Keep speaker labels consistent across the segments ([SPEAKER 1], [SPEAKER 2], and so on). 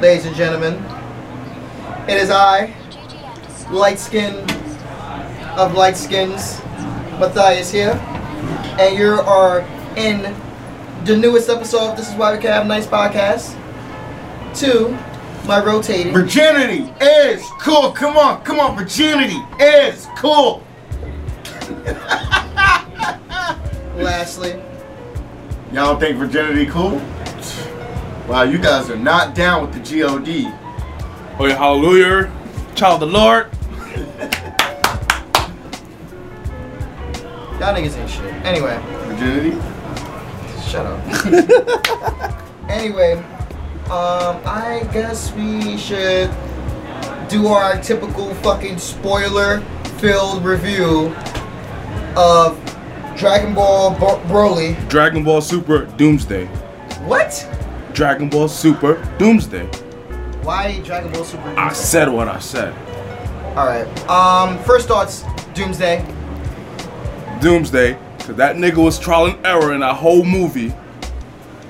[SPEAKER 1] ladies and gentlemen. It is I, light skin of light skins, Matthias here, and you are in the newest episode of This Is Why We Can Have Nice podcast. Two, my rotating.
[SPEAKER 2] Virginity is cool. Come on, come on. Virginity is cool.
[SPEAKER 1] Lastly,
[SPEAKER 2] Y'all don't think virginity cool? Wow, you guys are not down with the God.
[SPEAKER 3] Oh yeah, hallelujah. Child of the Lord.
[SPEAKER 1] y'all niggas ain't shit. Anyway,
[SPEAKER 2] Virginity.
[SPEAKER 1] shut up. anyway, um, I guess we should do our typical fucking spoiler-filled review of Dragon Ball Bro- Broly.
[SPEAKER 3] Dragon Ball Super Doomsday.
[SPEAKER 1] What?
[SPEAKER 3] Dragon Ball Super Doomsday.
[SPEAKER 1] Why Dragon Ball Super?
[SPEAKER 3] I
[SPEAKER 1] Doomsday?
[SPEAKER 3] said what I said.
[SPEAKER 1] All right. Um, first thoughts, Doomsday.
[SPEAKER 3] Doomsday, cause that nigga was trial and error in that whole movie.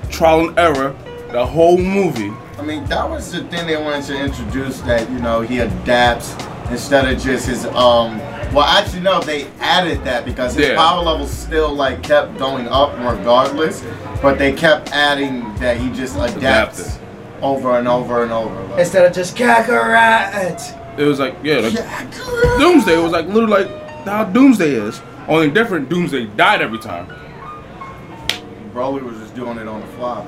[SPEAKER 3] Trial and error, the whole movie.
[SPEAKER 2] I mean, that was the thing they wanted to introduce that, you know, he adapts instead of just his, um, well, actually, no, they added that because his
[SPEAKER 3] Yeah.
[SPEAKER 2] power level still, like, kept going up regardless, but they kept adding that he just adapts
[SPEAKER 3] Adapted.
[SPEAKER 2] over and over and over. Like,
[SPEAKER 1] Instead of just Kakarot.
[SPEAKER 3] It was like, yeah, like,
[SPEAKER 2] yeah,
[SPEAKER 3] Doomsday was like literally like how Doomsday is. Only different Doomsday died every time.
[SPEAKER 2] Broly was just doing it on the fly.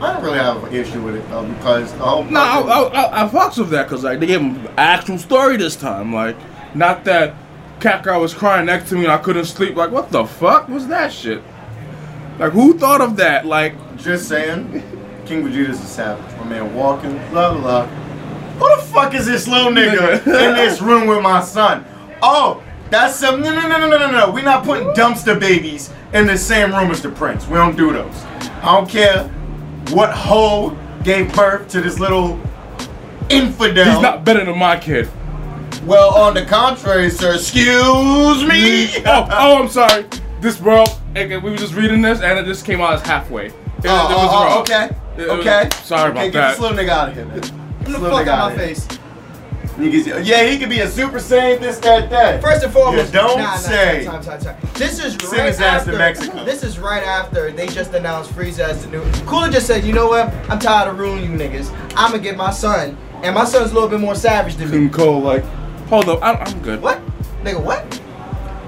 [SPEAKER 2] I don't really have an issue with it though because oh, the whole
[SPEAKER 3] No, oh, I, I, I, I fucks with that because like they gave him actual story this time. Like, not that Kakarot was crying next to me and I couldn't sleep. Like, what the fuck was that shit? Like, who thought of that? Like,
[SPEAKER 2] just saying, King Vegeta's a savage. My man walking, blah blah. blah. Who the fuck is this little nigga in this room with my son? Oh, that's some no no no no no no no. We're not putting dumpster babies in the same room as the prince. We don't do those. I don't care what hoe gave birth to this little infidel.
[SPEAKER 3] he's not better than my kid.
[SPEAKER 2] well, on the contrary, sir. Excuse me.
[SPEAKER 3] oh, oh, I'm sorry. This world. Okay, we were just reading this and it just came out as halfway. It, it
[SPEAKER 2] Oh,
[SPEAKER 3] was
[SPEAKER 2] oh, oh,
[SPEAKER 3] wrong.
[SPEAKER 2] okay.
[SPEAKER 3] It- it was-
[SPEAKER 2] okay. okay,
[SPEAKER 3] sorry about
[SPEAKER 2] get
[SPEAKER 3] that.
[SPEAKER 2] this little nigga out of here, man.
[SPEAKER 1] From the
[SPEAKER 2] Little
[SPEAKER 1] fuck
[SPEAKER 2] nigga
[SPEAKER 1] out
[SPEAKER 2] outta
[SPEAKER 1] my
[SPEAKER 2] here.
[SPEAKER 1] face.
[SPEAKER 2] Niggas, yeah, he could be a super saiyan, this, that, that.
[SPEAKER 1] First and foremost,
[SPEAKER 2] You don't
[SPEAKER 1] nah, nah,
[SPEAKER 2] say.
[SPEAKER 1] Time, time, time, time. This is
[SPEAKER 2] Send
[SPEAKER 1] right
[SPEAKER 2] his ass
[SPEAKER 1] after.
[SPEAKER 2] to Mexico.
[SPEAKER 1] This is right after they just announced Frieza as the new. Cooler just said, you know what? I'm tired of ruining you niggas. I'm gonna get my son, and my son's a little bit more savage than me.
[SPEAKER 3] And Cole, like, hold up, I, I'm good.
[SPEAKER 1] What? Nigga, what?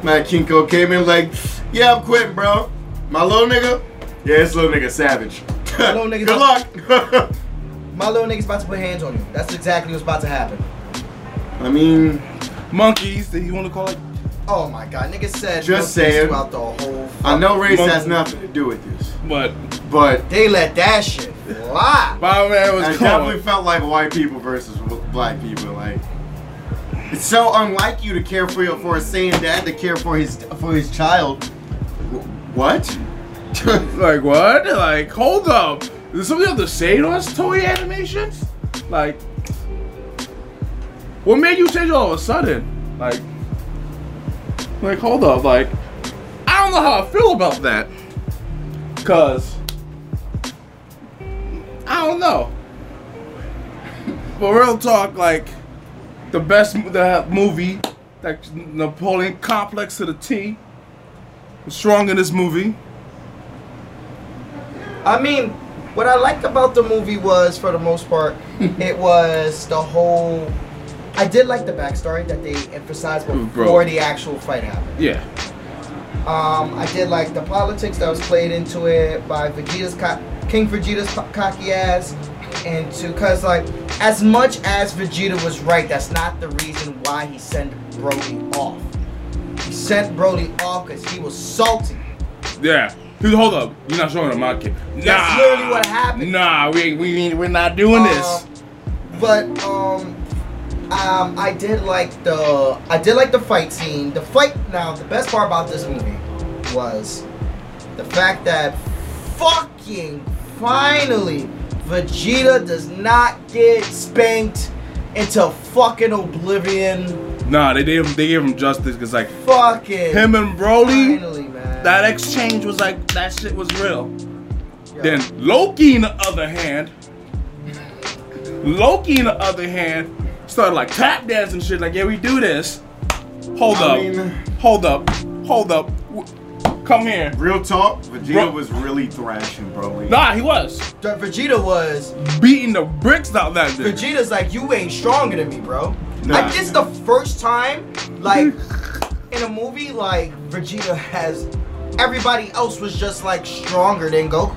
[SPEAKER 2] Man, Kinko came in like, yeah, I'm quitting, bro. My little nigga? Yeah, this little nigga savage.
[SPEAKER 1] Little nigga-
[SPEAKER 2] Good luck.
[SPEAKER 1] My little nigga's about to put hands on you. That's exactly what's about to happen.
[SPEAKER 2] I mean,
[SPEAKER 3] Monkeys? You want to call it?
[SPEAKER 1] Oh my god, nigga said.
[SPEAKER 2] Just
[SPEAKER 1] no things
[SPEAKER 2] saying.
[SPEAKER 1] Throughout the whole.
[SPEAKER 2] I know race
[SPEAKER 3] Monkey.
[SPEAKER 2] has nothing to do with this,
[SPEAKER 3] But
[SPEAKER 2] but
[SPEAKER 1] They let that shit fly.
[SPEAKER 3] my man was
[SPEAKER 2] I
[SPEAKER 3] cool.
[SPEAKER 2] definitely felt like white people versus w- black people. Like, it's so unlike you to care for your for a saiyan dad to care for his for his child. W- What?
[SPEAKER 3] Like what? Like hold up. There's something else to say to us, toy animations? Like what made you change all of a sudden? Like Like hold up, like I don't know how I feel about that. Cause I don't know. But real talk, like the best mo- the movie, like Napoleon Complex to the T, was strong in this movie.
[SPEAKER 1] I mean, what I liked about the movie was, for the most part, it was the whole. I did like the backstory that they emphasized
[SPEAKER 3] Bro.
[SPEAKER 1] before the actual fight happened.
[SPEAKER 3] Yeah.
[SPEAKER 1] Um, I did like the politics that was played into it by Vegeta's co- King Vegeta's co- cocky ass, and to cause like as much as Vegeta was right, that's not the reason why he sent Broly off. He sent Broly off because he was salty.
[SPEAKER 3] Yeah. Dude, hold up. You're not showing them my kid. Nah.
[SPEAKER 1] That's literally what happened.
[SPEAKER 3] Nah, we ain't, we ain't, we're not doing this.
[SPEAKER 1] Um, But um, um, I did like the I did like the fight scene. The fight now the best part about this movie was the fact that fucking finally Vegeta does not get spanked into fucking oblivion.
[SPEAKER 3] Nah, they gave him, they gave him justice because like
[SPEAKER 1] Fucking
[SPEAKER 3] him and Broly,
[SPEAKER 1] finally, man.
[SPEAKER 3] that exchange was like that shit was real.
[SPEAKER 1] Yo.
[SPEAKER 3] Then Loki, on the other hand, Loki, on the other hand, started like tap dancing and shit. Like, yeah, we do this. Hold
[SPEAKER 2] I
[SPEAKER 3] up.
[SPEAKER 2] mean-
[SPEAKER 3] hold up. Hold up. W- Come here.
[SPEAKER 2] Real talk, Vegeta
[SPEAKER 3] Bro-
[SPEAKER 2] was really thrashing Broly.
[SPEAKER 3] Nah, he was
[SPEAKER 1] The Vegeta was
[SPEAKER 3] beating the bricks out that bitch.
[SPEAKER 1] Vegeta's like, you ain't stronger than me, bro.
[SPEAKER 2] Nah.
[SPEAKER 1] Like this is the first time, like in a movie, like Vegeta has everybody else was just like stronger than Goku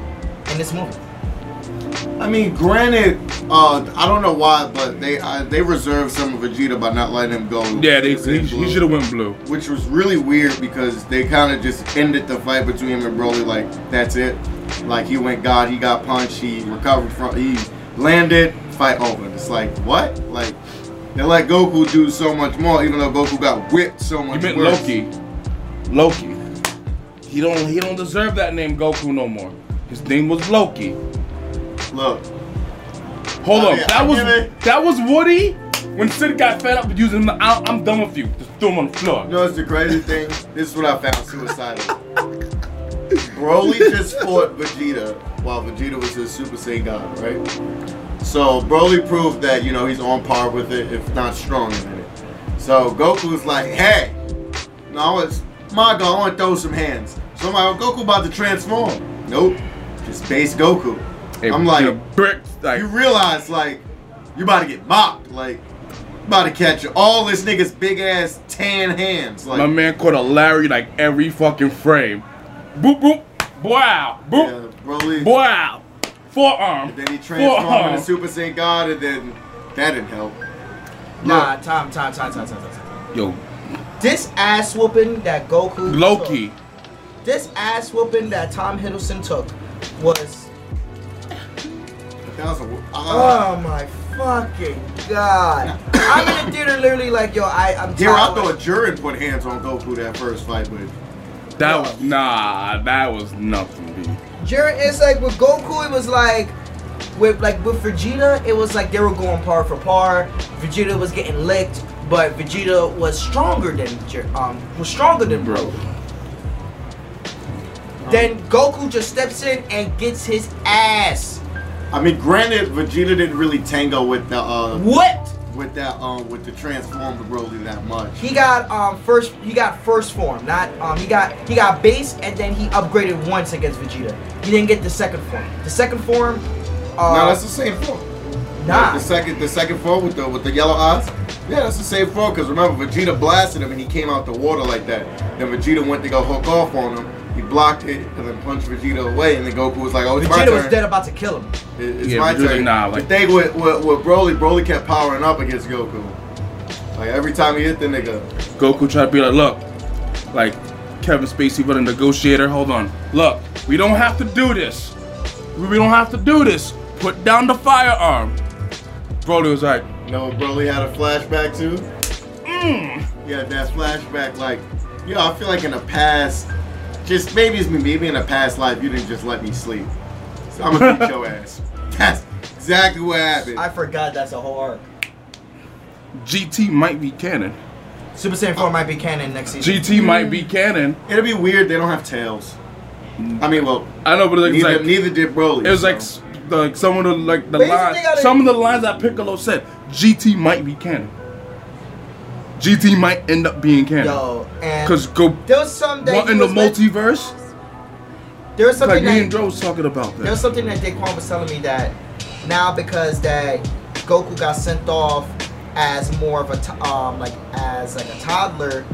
[SPEAKER 1] in this movie.
[SPEAKER 2] I mean, granted, uh, I don't know why, but they uh, they reserved some of Vegeta by not letting him go.
[SPEAKER 3] Yeah, they,
[SPEAKER 2] Blue.
[SPEAKER 3] he, he should have went blue.
[SPEAKER 2] Which was really weird because they kind of just ended the fight between him and Broly like that's it. Like he went God, he got punched, he recovered from, he landed, fight over. It's like what? Like they let Goku do so much more, even though Goku got whipped so
[SPEAKER 3] You
[SPEAKER 2] much.
[SPEAKER 3] meant
[SPEAKER 2] worse.
[SPEAKER 3] Loki. Loki. He don't he don't deserve that name Goku no more. His name was Loki.
[SPEAKER 2] Look,
[SPEAKER 3] Hold
[SPEAKER 2] Oh,
[SPEAKER 3] on,
[SPEAKER 2] yeah,
[SPEAKER 3] that
[SPEAKER 2] I
[SPEAKER 3] was
[SPEAKER 2] give it.
[SPEAKER 3] that was Woody when Sid got fed up with using him. I, I'm done with you. Just threw him on the floor.
[SPEAKER 2] You know, it's the crazy thing. This is what I found suicidal. Broly just fought Vegeta while Vegeta was his Super Saiyan God, right? So Broly proved that you know he's on par with it, if not stronger than it. So Goku's like, hey, no, it's my God, I want to throw some hands. So I'm like, Goku about to transform. Nope, just base Goku.
[SPEAKER 3] Hey,
[SPEAKER 2] I'm like,
[SPEAKER 3] you know, brick. Like,
[SPEAKER 2] you realize like you about to get mopped, like you about to catch all this nigga's big ass tan hands, like.
[SPEAKER 3] my man caught a Larry like every fucking frame. Boop boop. Wow.
[SPEAKER 2] Yeah,
[SPEAKER 3] Boop.
[SPEAKER 2] Broly.
[SPEAKER 3] Wow. Forearm.
[SPEAKER 2] Then he transformed
[SPEAKER 3] Forearm.
[SPEAKER 2] into Super Saiyan God, and then that didn't help.
[SPEAKER 1] Nah, time, time, time, time, time, time, time.
[SPEAKER 3] Yo,
[SPEAKER 1] This ass whooping that Goku
[SPEAKER 3] Loki.
[SPEAKER 1] took- this ass whooping that Tom Hiddleston took was
[SPEAKER 2] That was a. Uh,
[SPEAKER 1] Oh my fucking god. I'm in the theater literally like, yo, I, I'm
[SPEAKER 2] Dare I
[SPEAKER 1] tired.
[SPEAKER 2] thought Jiren put hands on Goku that first fight, but
[SPEAKER 3] That was nah. That was nothing. B.
[SPEAKER 1] Jiren, it's like with Goku, it was like, with like with Vegeta, it was like they were going par for par. Vegeta was getting licked, but Vegeta was stronger than Jir- um was stronger than
[SPEAKER 3] Bro.
[SPEAKER 1] Broly. Then Goku just steps in and gets his ass
[SPEAKER 2] I mean, granted, Vegeta didn't really tango with the uh,
[SPEAKER 1] whipped.
[SPEAKER 2] with that um with the transformed Broly that much.
[SPEAKER 1] He got um first he got first form, not um he got he got base and then he upgraded once against Vegeta. He didn't get the second form. The second form uh
[SPEAKER 2] no, that's the same form.
[SPEAKER 1] nah.
[SPEAKER 2] The second, the second form with the with the yellow eyes. Yeah, that's the same form. Cause remember, Vegeta blasted him and he came out the water like that. Then Vegeta went to go hook off on him. He blocked it and then punched Vegeta away. And then Goku was like, "Oh, it's my
[SPEAKER 1] Vegeta was
[SPEAKER 2] turn.
[SPEAKER 1] dead about to kill him.
[SPEAKER 2] It- it's
[SPEAKER 3] Yeah,
[SPEAKER 2] my
[SPEAKER 3] Vegeta's like,
[SPEAKER 2] turn."
[SPEAKER 3] nah, like-
[SPEAKER 2] the thing with, with with Broly, Broly kept powering up against Goku. Like every time he hit the nigga,
[SPEAKER 3] Goku tried to be like, look, like Kevin Spacey, but a negotiator. Hold on, look, we don't have to do this. We we don't have to do this. Put down the firearm. Broly was like,
[SPEAKER 2] you know, what Broly had a flashback too.
[SPEAKER 3] Mm.
[SPEAKER 2] Yeah, that flashback, like, yo, I feel like in the past, just maybe it's me, maybe in a past life, you didn't just let me sleep. So I'm gonna beat your ass. That's exactly what happened.
[SPEAKER 1] I forgot that's a whole arc.
[SPEAKER 3] GT might be canon.
[SPEAKER 1] Super Saiyan 4 might be canon next season.
[SPEAKER 3] GT might be canon.
[SPEAKER 2] It'll be weird, they don't have tails. I mean, well,
[SPEAKER 3] I know, but it was
[SPEAKER 2] neither,
[SPEAKER 3] like,
[SPEAKER 2] neither did Broly.
[SPEAKER 3] it was like,
[SPEAKER 2] so.
[SPEAKER 3] s- the- like some of the like the
[SPEAKER 1] But here's the thing I
[SPEAKER 3] lines,
[SPEAKER 1] didn't-
[SPEAKER 3] some of the lines that Piccolo said. GT might be canon. GT might end up being canon.
[SPEAKER 1] Yo, and
[SPEAKER 3] Cause go
[SPEAKER 1] there was some that
[SPEAKER 3] what
[SPEAKER 1] he
[SPEAKER 3] in the
[SPEAKER 1] was with-
[SPEAKER 3] multiverse?
[SPEAKER 1] There was
[SPEAKER 3] Like
[SPEAKER 1] something
[SPEAKER 3] me
[SPEAKER 1] that
[SPEAKER 3] and Joe was talking about
[SPEAKER 1] There was
[SPEAKER 3] that.
[SPEAKER 1] something that Daquan was telling me that now because that Goku got sent off as more of a to- um like as like a toddler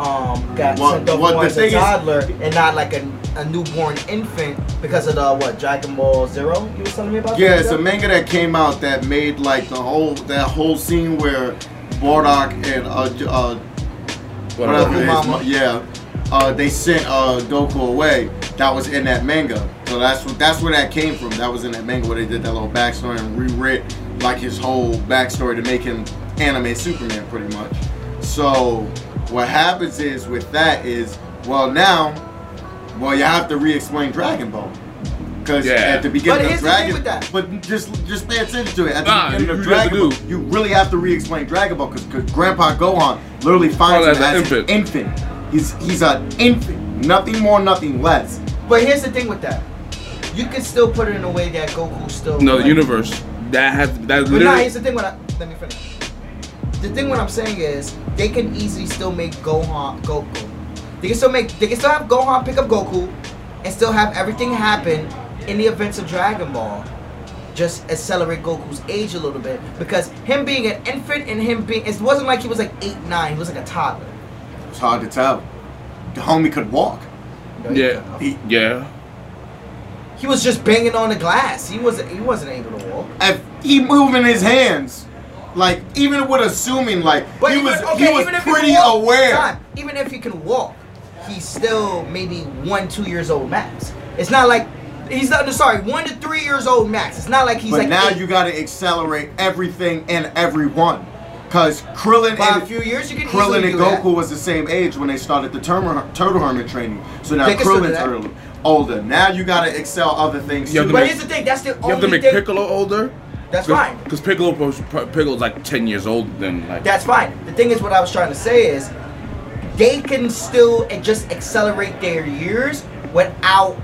[SPEAKER 1] um got
[SPEAKER 2] What-
[SPEAKER 1] sent off
[SPEAKER 2] what
[SPEAKER 1] more
[SPEAKER 2] the
[SPEAKER 1] as a
[SPEAKER 2] thing is-
[SPEAKER 1] toddler and not like a, a newborn infant because of the what Dragon Ball Zero you were telling me about
[SPEAKER 2] Yeah,
[SPEAKER 1] that,
[SPEAKER 2] it's a
[SPEAKER 1] Joe?
[SPEAKER 2] manga that came out that made like the whole that whole scene where Bardock and uh, J- uh
[SPEAKER 3] Whatever.
[SPEAKER 2] whatever his
[SPEAKER 1] Mama.
[SPEAKER 2] mo- yeah, uh, they sent uh, Goku away. That was in that manga, so that's what that's where that came from. That was in that manga where they did that little backstory and rewrit like his whole backstory to make him anime Superman, pretty much. So what happens is with that is well now, well you have to re-explain Dragon Ball. Because
[SPEAKER 3] Yeah.
[SPEAKER 2] at the
[SPEAKER 1] But
[SPEAKER 2] beginning of
[SPEAKER 1] here's the thing
[SPEAKER 2] Dragon,
[SPEAKER 1] with that.
[SPEAKER 2] but just just pay attention to it. At the
[SPEAKER 3] Nah,
[SPEAKER 2] beginning of
[SPEAKER 3] you have to
[SPEAKER 2] Dragon Ball,
[SPEAKER 3] do.
[SPEAKER 2] you really have to re-explain Dragon Ball because Grandpa Gohan literally finds
[SPEAKER 3] Oh,
[SPEAKER 2] him
[SPEAKER 3] that's an
[SPEAKER 2] as an infant. He's he's an infant, nothing more, nothing less.
[SPEAKER 1] but here's the thing with that you can still put it in a way that Goku still
[SPEAKER 3] No, the
[SPEAKER 1] like-
[SPEAKER 3] universe.
[SPEAKER 4] that has that
[SPEAKER 1] But nah,
[SPEAKER 4] literally.
[SPEAKER 1] here's the thing. When I, let me finish. The thing what I'm saying is they can easily still make Gohan Goku. They can still make they can still have Gohan pick up Goku, and still have everything happen in the events of Dragon Ball. Just accelerate Goku's age a little bit because him being an infant and him being it wasn't like he was like eight nine. He was like a toddler.
[SPEAKER 2] It's hard to tell. The homie could walk.
[SPEAKER 4] yeah,
[SPEAKER 2] He-
[SPEAKER 4] yeah.
[SPEAKER 1] He was just banging on the glass. He wasn't he wasn't able to walk.
[SPEAKER 2] if he moving his hands, like even with assuming like he was he was
[SPEAKER 1] can
[SPEAKER 2] pretty
[SPEAKER 1] walk-
[SPEAKER 2] aware.
[SPEAKER 1] John, even if he can walk, he's still maybe one, two years old max. It's not like he's not. no, Sorry, one to three years old max. It's not like he's
[SPEAKER 2] but
[SPEAKER 1] like.
[SPEAKER 2] now
[SPEAKER 1] eight.
[SPEAKER 2] you got to accelerate everything and everyone, cause Krillin
[SPEAKER 1] by
[SPEAKER 2] and
[SPEAKER 1] a few years you can
[SPEAKER 2] Krillin
[SPEAKER 1] easily
[SPEAKER 2] and
[SPEAKER 1] do
[SPEAKER 2] Goku
[SPEAKER 1] That.
[SPEAKER 2] was the same age when they started the term- turtle hermit training. So now
[SPEAKER 1] They can still do
[SPEAKER 2] Krillin's
[SPEAKER 1] that.
[SPEAKER 2] early, older. Now you got to excel other things
[SPEAKER 4] You have
[SPEAKER 2] too.
[SPEAKER 4] to
[SPEAKER 1] But
[SPEAKER 4] make-
[SPEAKER 1] here's the thing. That's the
[SPEAKER 4] You
[SPEAKER 1] only
[SPEAKER 4] have to make
[SPEAKER 1] thing.
[SPEAKER 4] Piccolo older.
[SPEAKER 1] Oh, That's
[SPEAKER 4] Cause,
[SPEAKER 1] fine.
[SPEAKER 4] Because Piccolo was- Piccolo's like ten years older than like.
[SPEAKER 1] That's fine. The thing is, what I was trying to say is, they can still a- just accelerate their years without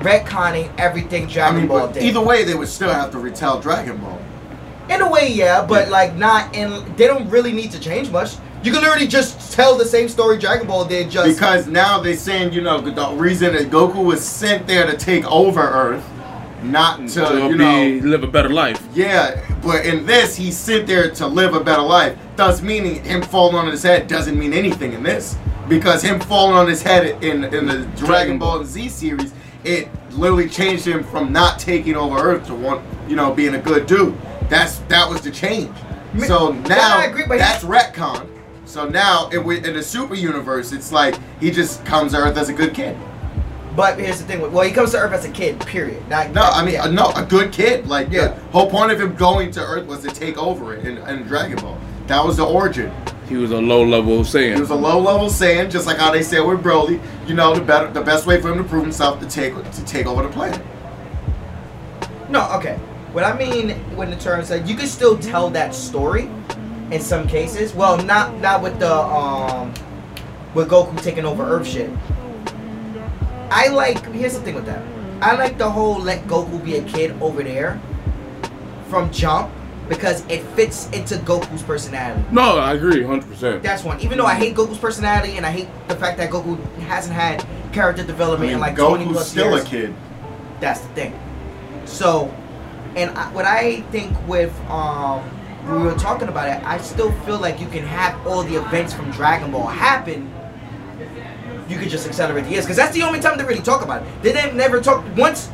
[SPEAKER 1] retconning everything
[SPEAKER 2] I
[SPEAKER 1] Dragon
[SPEAKER 2] mean,
[SPEAKER 1] Ball
[SPEAKER 2] but
[SPEAKER 1] did.
[SPEAKER 2] either way, they would still have to retell Dragon Ball.
[SPEAKER 1] In a way, yeah, but like not in. They don't really need to change much. You can literally just tell the same story Dragon Ball did. Just
[SPEAKER 2] Because now they saying, you know, the reason that Goku was sent there to take over Earth, not to,
[SPEAKER 4] to
[SPEAKER 2] you
[SPEAKER 4] be,
[SPEAKER 2] know,
[SPEAKER 4] live a better life.
[SPEAKER 2] yeah. But in this, he's sent there to live a better life. Thus, meaning him falling on his head doesn't mean anything in this, because him falling on his head in in the Dragon Ball Z series, it literally changed him from not taking over Earth to want, you know, being a good dude. That's that was the change.
[SPEAKER 1] Me-
[SPEAKER 2] So
[SPEAKER 1] Yeah,
[SPEAKER 2] now
[SPEAKER 1] I agree, but he-
[SPEAKER 2] that's retcon. So now it, in the super universe, it's like he just comes to Earth as a good kid.
[SPEAKER 1] but here's the thing. Well, he comes to Earth as a kid. Period. Not,
[SPEAKER 2] No, I mean uh, no, a good kid. Like
[SPEAKER 1] Yeah.
[SPEAKER 2] the whole point of him going to Earth was to take over it in, in Dragon Ball. That was the origin.
[SPEAKER 4] He was a low level Saiyan.
[SPEAKER 2] It was a low level saying, just like how they said with Broly. You know, the better, the best way for him to prove himself to take to take over the planet.
[SPEAKER 1] no. Okay. What I mean when the term said you can still tell that story in some cases. Well, not not with the um with Goku taking over Earth shit. I like. Here's the thing with that. I like the whole let Goku be a kid over there from Jump because it fits into Goku's personality.
[SPEAKER 4] no, I agree, hundred percent.
[SPEAKER 1] That's one. Even though I hate Goku's personality and I hate the fact that Goku hasn't had character
[SPEAKER 2] I
[SPEAKER 1] development
[SPEAKER 2] mean,
[SPEAKER 1] in like 20
[SPEAKER 2] Goku's
[SPEAKER 1] plus
[SPEAKER 2] still
[SPEAKER 1] years.
[SPEAKER 2] a kid.
[SPEAKER 1] That's the thing. So, and I, what I think with um, we were talking about it, I still feel like you can have all the events from Dragon Ball happen. You could just accelerate the years because that's the only time they really talk about it. They didn't never talk once.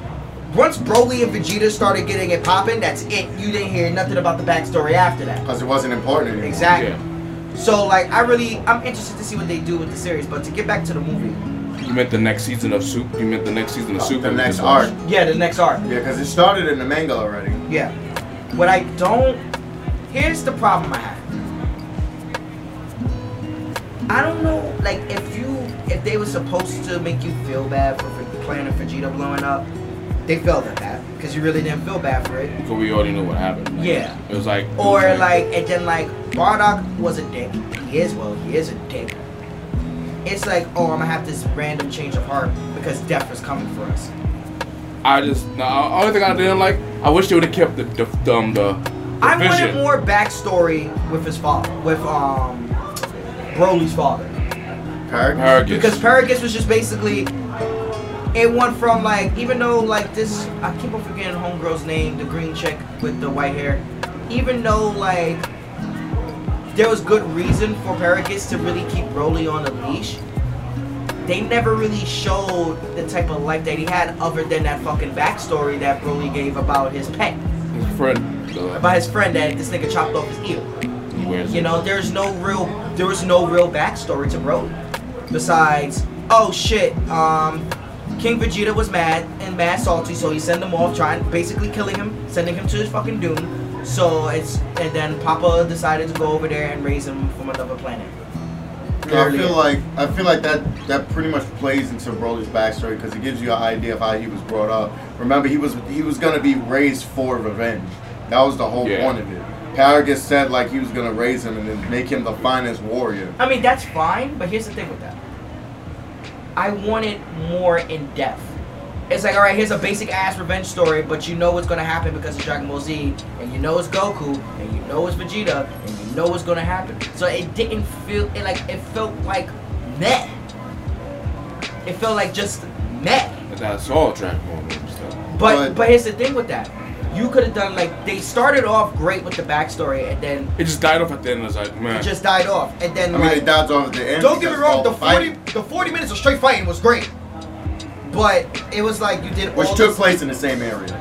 [SPEAKER 1] Once Broly and Vegeta started getting it popping, that's it. You didn't hear nothing about the backstory after that.
[SPEAKER 2] Because it wasn't important anymore.
[SPEAKER 1] Exactly.
[SPEAKER 4] Yeah.
[SPEAKER 1] So like I really I'm interested to see what they do with the series, but to get back to the movie.
[SPEAKER 4] You meant the next season of Soup. You meant the next season of Soup.
[SPEAKER 2] The
[SPEAKER 4] and
[SPEAKER 2] next
[SPEAKER 4] this-
[SPEAKER 2] arc.
[SPEAKER 1] Yeah, the next arc.
[SPEAKER 2] Yeah, because it started in the manga already.
[SPEAKER 1] Yeah. What I don't here's the problem I have. I don't know like if you if they were supposed to make you feel bad for the plan of Vegeta blowing up, they failed at that. Because you really didn't feel bad for it.
[SPEAKER 4] Because we already knew what happened. Like,
[SPEAKER 1] Yeah.
[SPEAKER 4] It was like. it
[SPEAKER 1] Or
[SPEAKER 4] was
[SPEAKER 1] like, and then like Bardock was a dick. He is well, he is a dick. It's like, oh, I'm gonna have this random change of heart because death is coming for us.
[SPEAKER 4] I just. No, the only thing I didn't like. I wish they would have kept the the, the, um, the, the
[SPEAKER 1] I wanted
[SPEAKER 4] vision.
[SPEAKER 1] more backstory with his father, with um, Broly's father,
[SPEAKER 2] Paragon.
[SPEAKER 4] Paragus.
[SPEAKER 1] because Paragus was just basically. It went from like, even though like this, I keep on forgetting Homegirl's name, the green chick with the white hair. Even though like there was good reason for Paragus to really keep Broly on a leash, they never really showed the type of life that he had other than that fucking backstory that Broly gave about his pet,
[SPEAKER 4] His friend. The,
[SPEAKER 1] about his friend that this nigga chopped off his ear.
[SPEAKER 4] he wears
[SPEAKER 1] You
[SPEAKER 4] it.
[SPEAKER 1] know, there's no real there was no real backstory to Broly. Besides, oh shit, um King Vegeta was mad and mad salty, so he sent him off trying basically killing him, sending him to his fucking doom. So it's and then Papa decided to go over there and raise him from another planet.
[SPEAKER 2] Yeah, I
[SPEAKER 1] Earlier.
[SPEAKER 2] feel like I feel like that that pretty much plays into Broly's backstory because it gives you an idea of how he was brought up. Remember, he was he was gonna be raised for revenge. That was the whole
[SPEAKER 4] Yeah.
[SPEAKER 2] point of it. Paragus said like he was gonna raise him and then make him the finest warrior.
[SPEAKER 1] I mean that's fine, but here's the thing with that. I wanted more in depth. it's like, all right, here's a basic ass revenge story, but you know what's gonna happen because it's Dragon Ball Z, and you know it's Goku, and you know it's Vegeta, and you know what's gonna happen. So it didn't feel it like it felt like meh. It felt like just meh.
[SPEAKER 3] But that's all Dragon Ball movies, though.
[SPEAKER 1] But
[SPEAKER 2] But-
[SPEAKER 1] but here's the thing with that, you could have done like they started off great with the backstory, and then
[SPEAKER 3] It just died off at the end. I was like, man.
[SPEAKER 1] it just died off, and then
[SPEAKER 2] I mean,
[SPEAKER 1] like.
[SPEAKER 2] they dodged off at the end.
[SPEAKER 1] Don't get me
[SPEAKER 2] because
[SPEAKER 1] wrong,
[SPEAKER 2] all
[SPEAKER 1] the forty
[SPEAKER 2] fighting,
[SPEAKER 1] the forty minutes of straight fighting was great. But it was like you did
[SPEAKER 2] which
[SPEAKER 1] all
[SPEAKER 2] took
[SPEAKER 1] this-
[SPEAKER 2] place in the same area.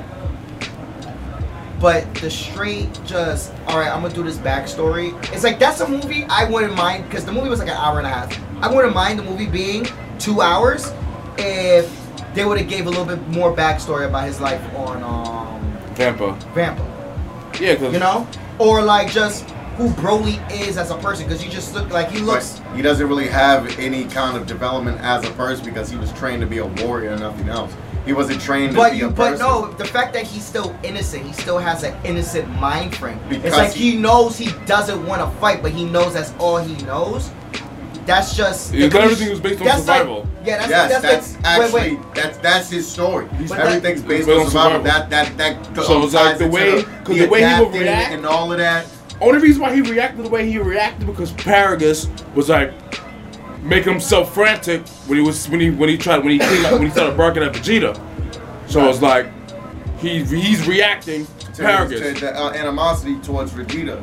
[SPEAKER 1] but the straight just all right. I'm gonna do this backstory. It's like that's a movie I wouldn't mind because the movie was like an hour and a half. I wouldn't mind the movie being two hours if they would have gave a little bit more backstory about his life on um,
[SPEAKER 3] Vampa.
[SPEAKER 1] Vampa,
[SPEAKER 3] Yeah, because
[SPEAKER 1] you know, or like just who Broly is as a person because you just look like he looks.
[SPEAKER 2] But he doesn't really have any kind of development as a person because he was trained to be a warrior and nothing else. He wasn't trained to
[SPEAKER 1] But
[SPEAKER 2] be
[SPEAKER 1] you,
[SPEAKER 2] a
[SPEAKER 1] but
[SPEAKER 2] person.
[SPEAKER 1] no, the fact that he's still innocent, he still has an innocent mind frame. it's
[SPEAKER 2] Because
[SPEAKER 1] like he,
[SPEAKER 2] he-
[SPEAKER 1] knows he doesn't want to fight, but he knows that's all he knows. That's just
[SPEAKER 3] Yeah,
[SPEAKER 1] the-
[SPEAKER 3] everything was based on
[SPEAKER 1] that's like-
[SPEAKER 3] survival.
[SPEAKER 1] yeah, that's
[SPEAKER 2] yes, that's,
[SPEAKER 1] that's, like-
[SPEAKER 2] actually
[SPEAKER 1] wait, wait.
[SPEAKER 2] that's that's his story.
[SPEAKER 1] But
[SPEAKER 2] Everything's
[SPEAKER 3] that-
[SPEAKER 2] based
[SPEAKER 3] But
[SPEAKER 2] on
[SPEAKER 3] on
[SPEAKER 2] survival.
[SPEAKER 3] survival.
[SPEAKER 2] That that that.
[SPEAKER 3] So it's like
[SPEAKER 2] ties
[SPEAKER 3] the
[SPEAKER 2] into
[SPEAKER 3] way- 'cause the way he would
[SPEAKER 2] adapting
[SPEAKER 3] react-
[SPEAKER 2] and all of that.
[SPEAKER 3] Only reason why he reacted the way he reacted because Paragus was like making himself frantic when he was when he when he tried when he came out when he started barking at Vegeta. So it's like he he's reacting to
[SPEAKER 2] to,
[SPEAKER 3] Paragus.
[SPEAKER 2] to the uh, animosity towards Vegeta.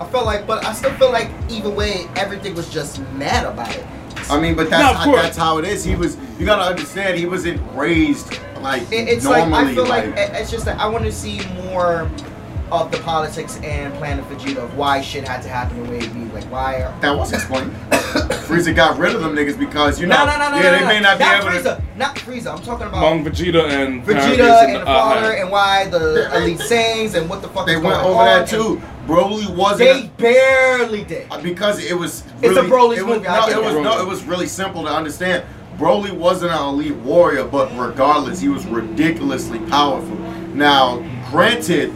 [SPEAKER 1] I felt like, but I still feel like either way, everything was just mad about it.
[SPEAKER 2] I mean, but
[SPEAKER 3] No,
[SPEAKER 2] that's
[SPEAKER 3] of
[SPEAKER 2] how,
[SPEAKER 3] course.
[SPEAKER 2] that's how it is. He was. You gotta understand. He wasn't raised like
[SPEAKER 1] It- it's
[SPEAKER 2] normally.
[SPEAKER 1] like I feel like, it- it's just that I want to see more of the politics and Planet Vegeta of why shit had to happen the way it be. Like why are
[SPEAKER 2] that was explained. Frieza got rid of them niggas because you
[SPEAKER 1] no
[SPEAKER 2] know.
[SPEAKER 1] no no no
[SPEAKER 2] yeah,
[SPEAKER 1] no,
[SPEAKER 2] they
[SPEAKER 1] no,
[SPEAKER 2] may not
[SPEAKER 1] not
[SPEAKER 2] be able
[SPEAKER 1] Frieza, not Frieza. I'm talking about
[SPEAKER 3] Among Vegeta and
[SPEAKER 1] Vegeta
[SPEAKER 3] Paragus
[SPEAKER 1] and the
[SPEAKER 3] uh,
[SPEAKER 1] father
[SPEAKER 3] Han.
[SPEAKER 1] and why the elite sayings and what the fuck
[SPEAKER 2] to. They
[SPEAKER 1] is
[SPEAKER 2] went
[SPEAKER 1] going
[SPEAKER 2] over
[SPEAKER 1] on.
[SPEAKER 2] that too. Broly
[SPEAKER 1] They
[SPEAKER 2] wasn't.
[SPEAKER 1] barely did.
[SPEAKER 2] because it was
[SPEAKER 1] a
[SPEAKER 2] really,
[SPEAKER 1] Broly's
[SPEAKER 2] it was,
[SPEAKER 1] movie, I
[SPEAKER 2] No,
[SPEAKER 1] get
[SPEAKER 2] it was
[SPEAKER 3] that.
[SPEAKER 2] no, it was really simple to understand. Broly wasn't an elite warrior, but regardless, he was ridiculously powerful. Now, granted,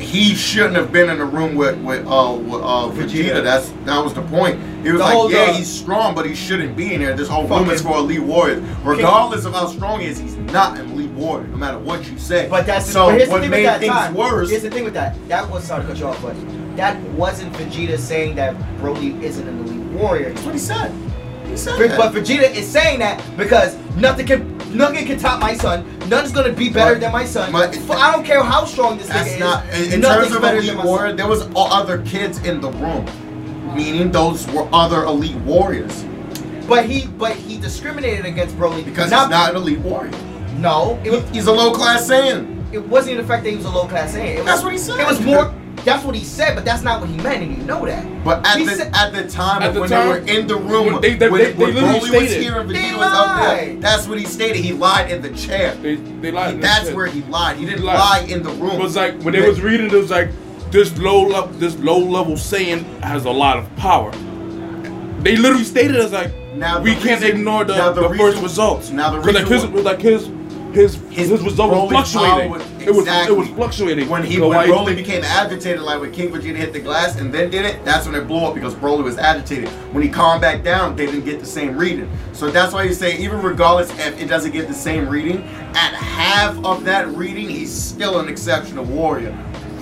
[SPEAKER 2] he shouldn't have been in the room with with, uh, with uh, Vegeta.
[SPEAKER 1] Vegeta.
[SPEAKER 2] That's that was the point. He was
[SPEAKER 1] The
[SPEAKER 2] like,
[SPEAKER 1] whole,
[SPEAKER 2] yeah,
[SPEAKER 1] uh,
[SPEAKER 2] he's strong, but he shouldn't be in there. This whole room is
[SPEAKER 1] Fucking-
[SPEAKER 2] for elite warriors. Regardless of how strong he is, he's not an elite warrior, no matter what you say.
[SPEAKER 1] But that's
[SPEAKER 2] so
[SPEAKER 1] but here's the
[SPEAKER 2] what
[SPEAKER 1] thing
[SPEAKER 2] made
[SPEAKER 1] with that
[SPEAKER 2] things
[SPEAKER 1] time.
[SPEAKER 2] worse.
[SPEAKER 1] Here's the thing with that. That was sorry to cut you off, but that wasn't Vegeta saying that Broly isn't an elite warrior.
[SPEAKER 2] That's what he said. He said
[SPEAKER 1] But
[SPEAKER 2] that.
[SPEAKER 1] but Vegeta is saying that because nothing can nothing can top my son. None's gonna be better
[SPEAKER 2] But-
[SPEAKER 1] than my son.
[SPEAKER 2] but-
[SPEAKER 1] F- I don't care how strong this
[SPEAKER 2] That's
[SPEAKER 1] nigga
[SPEAKER 2] not
[SPEAKER 1] is.
[SPEAKER 2] in, in
[SPEAKER 1] nothing's
[SPEAKER 2] terms of
[SPEAKER 1] better
[SPEAKER 2] elite
[SPEAKER 1] than my son.
[SPEAKER 2] warrior. There was o- other kids in the room, meaning those were other elite warriors
[SPEAKER 1] But he but he discriminated against Broly
[SPEAKER 2] because he's not an elite warrior.
[SPEAKER 1] No, it
[SPEAKER 2] He-
[SPEAKER 1] was
[SPEAKER 2] He's a low class Saiyan.
[SPEAKER 1] it wasn't even the fact that he was a low class A. It was,
[SPEAKER 2] That's what he said.
[SPEAKER 1] It was more. That's what he said, but that's not what he meant, and you know that.
[SPEAKER 2] But at
[SPEAKER 1] He
[SPEAKER 2] the
[SPEAKER 1] said-
[SPEAKER 2] at the time
[SPEAKER 3] At
[SPEAKER 2] of
[SPEAKER 3] the
[SPEAKER 2] when
[SPEAKER 3] time,
[SPEAKER 2] they were in the room,
[SPEAKER 3] they- they-
[SPEAKER 2] when,
[SPEAKER 3] they- they
[SPEAKER 2] when
[SPEAKER 3] literally
[SPEAKER 2] Broly was
[SPEAKER 3] stated-
[SPEAKER 2] here and
[SPEAKER 1] They
[SPEAKER 2] Vegeta was up there,
[SPEAKER 1] lied.
[SPEAKER 2] that's what he stated. He lied in the chair.
[SPEAKER 3] They they lied.
[SPEAKER 2] that's
[SPEAKER 3] it.
[SPEAKER 2] where he lied. He didn't
[SPEAKER 3] lied.
[SPEAKER 2] lie in the room.
[SPEAKER 3] It was like when they was reading, it was like this low level this low level Saiyan has a lot of power. They literally stated as like
[SPEAKER 2] Now
[SPEAKER 3] we
[SPEAKER 2] the
[SPEAKER 3] can't
[SPEAKER 2] reason-
[SPEAKER 3] ignore the,
[SPEAKER 2] now
[SPEAKER 3] the,
[SPEAKER 2] the
[SPEAKER 3] first
[SPEAKER 2] reason-
[SPEAKER 3] results.
[SPEAKER 2] now the
[SPEAKER 3] 'Cause, like his
[SPEAKER 2] reason why-
[SPEAKER 3] like his his his, result was
[SPEAKER 2] Broly's power
[SPEAKER 3] fluctuating.
[SPEAKER 2] was-
[SPEAKER 3] It was it was
[SPEAKER 2] exactly.
[SPEAKER 3] fluctuating.
[SPEAKER 2] When he
[SPEAKER 3] So
[SPEAKER 2] when
[SPEAKER 3] why you
[SPEAKER 2] Broly
[SPEAKER 3] think-
[SPEAKER 2] became agitated, like when King Vegeta hit the glass and then did it, that's when it blew up because Broly was agitated. When he calmed back down, they didn't get the same reading. So that's why you say even regardless if it doesn't get the same reading, at half of that reading, he's still an exceptional warrior,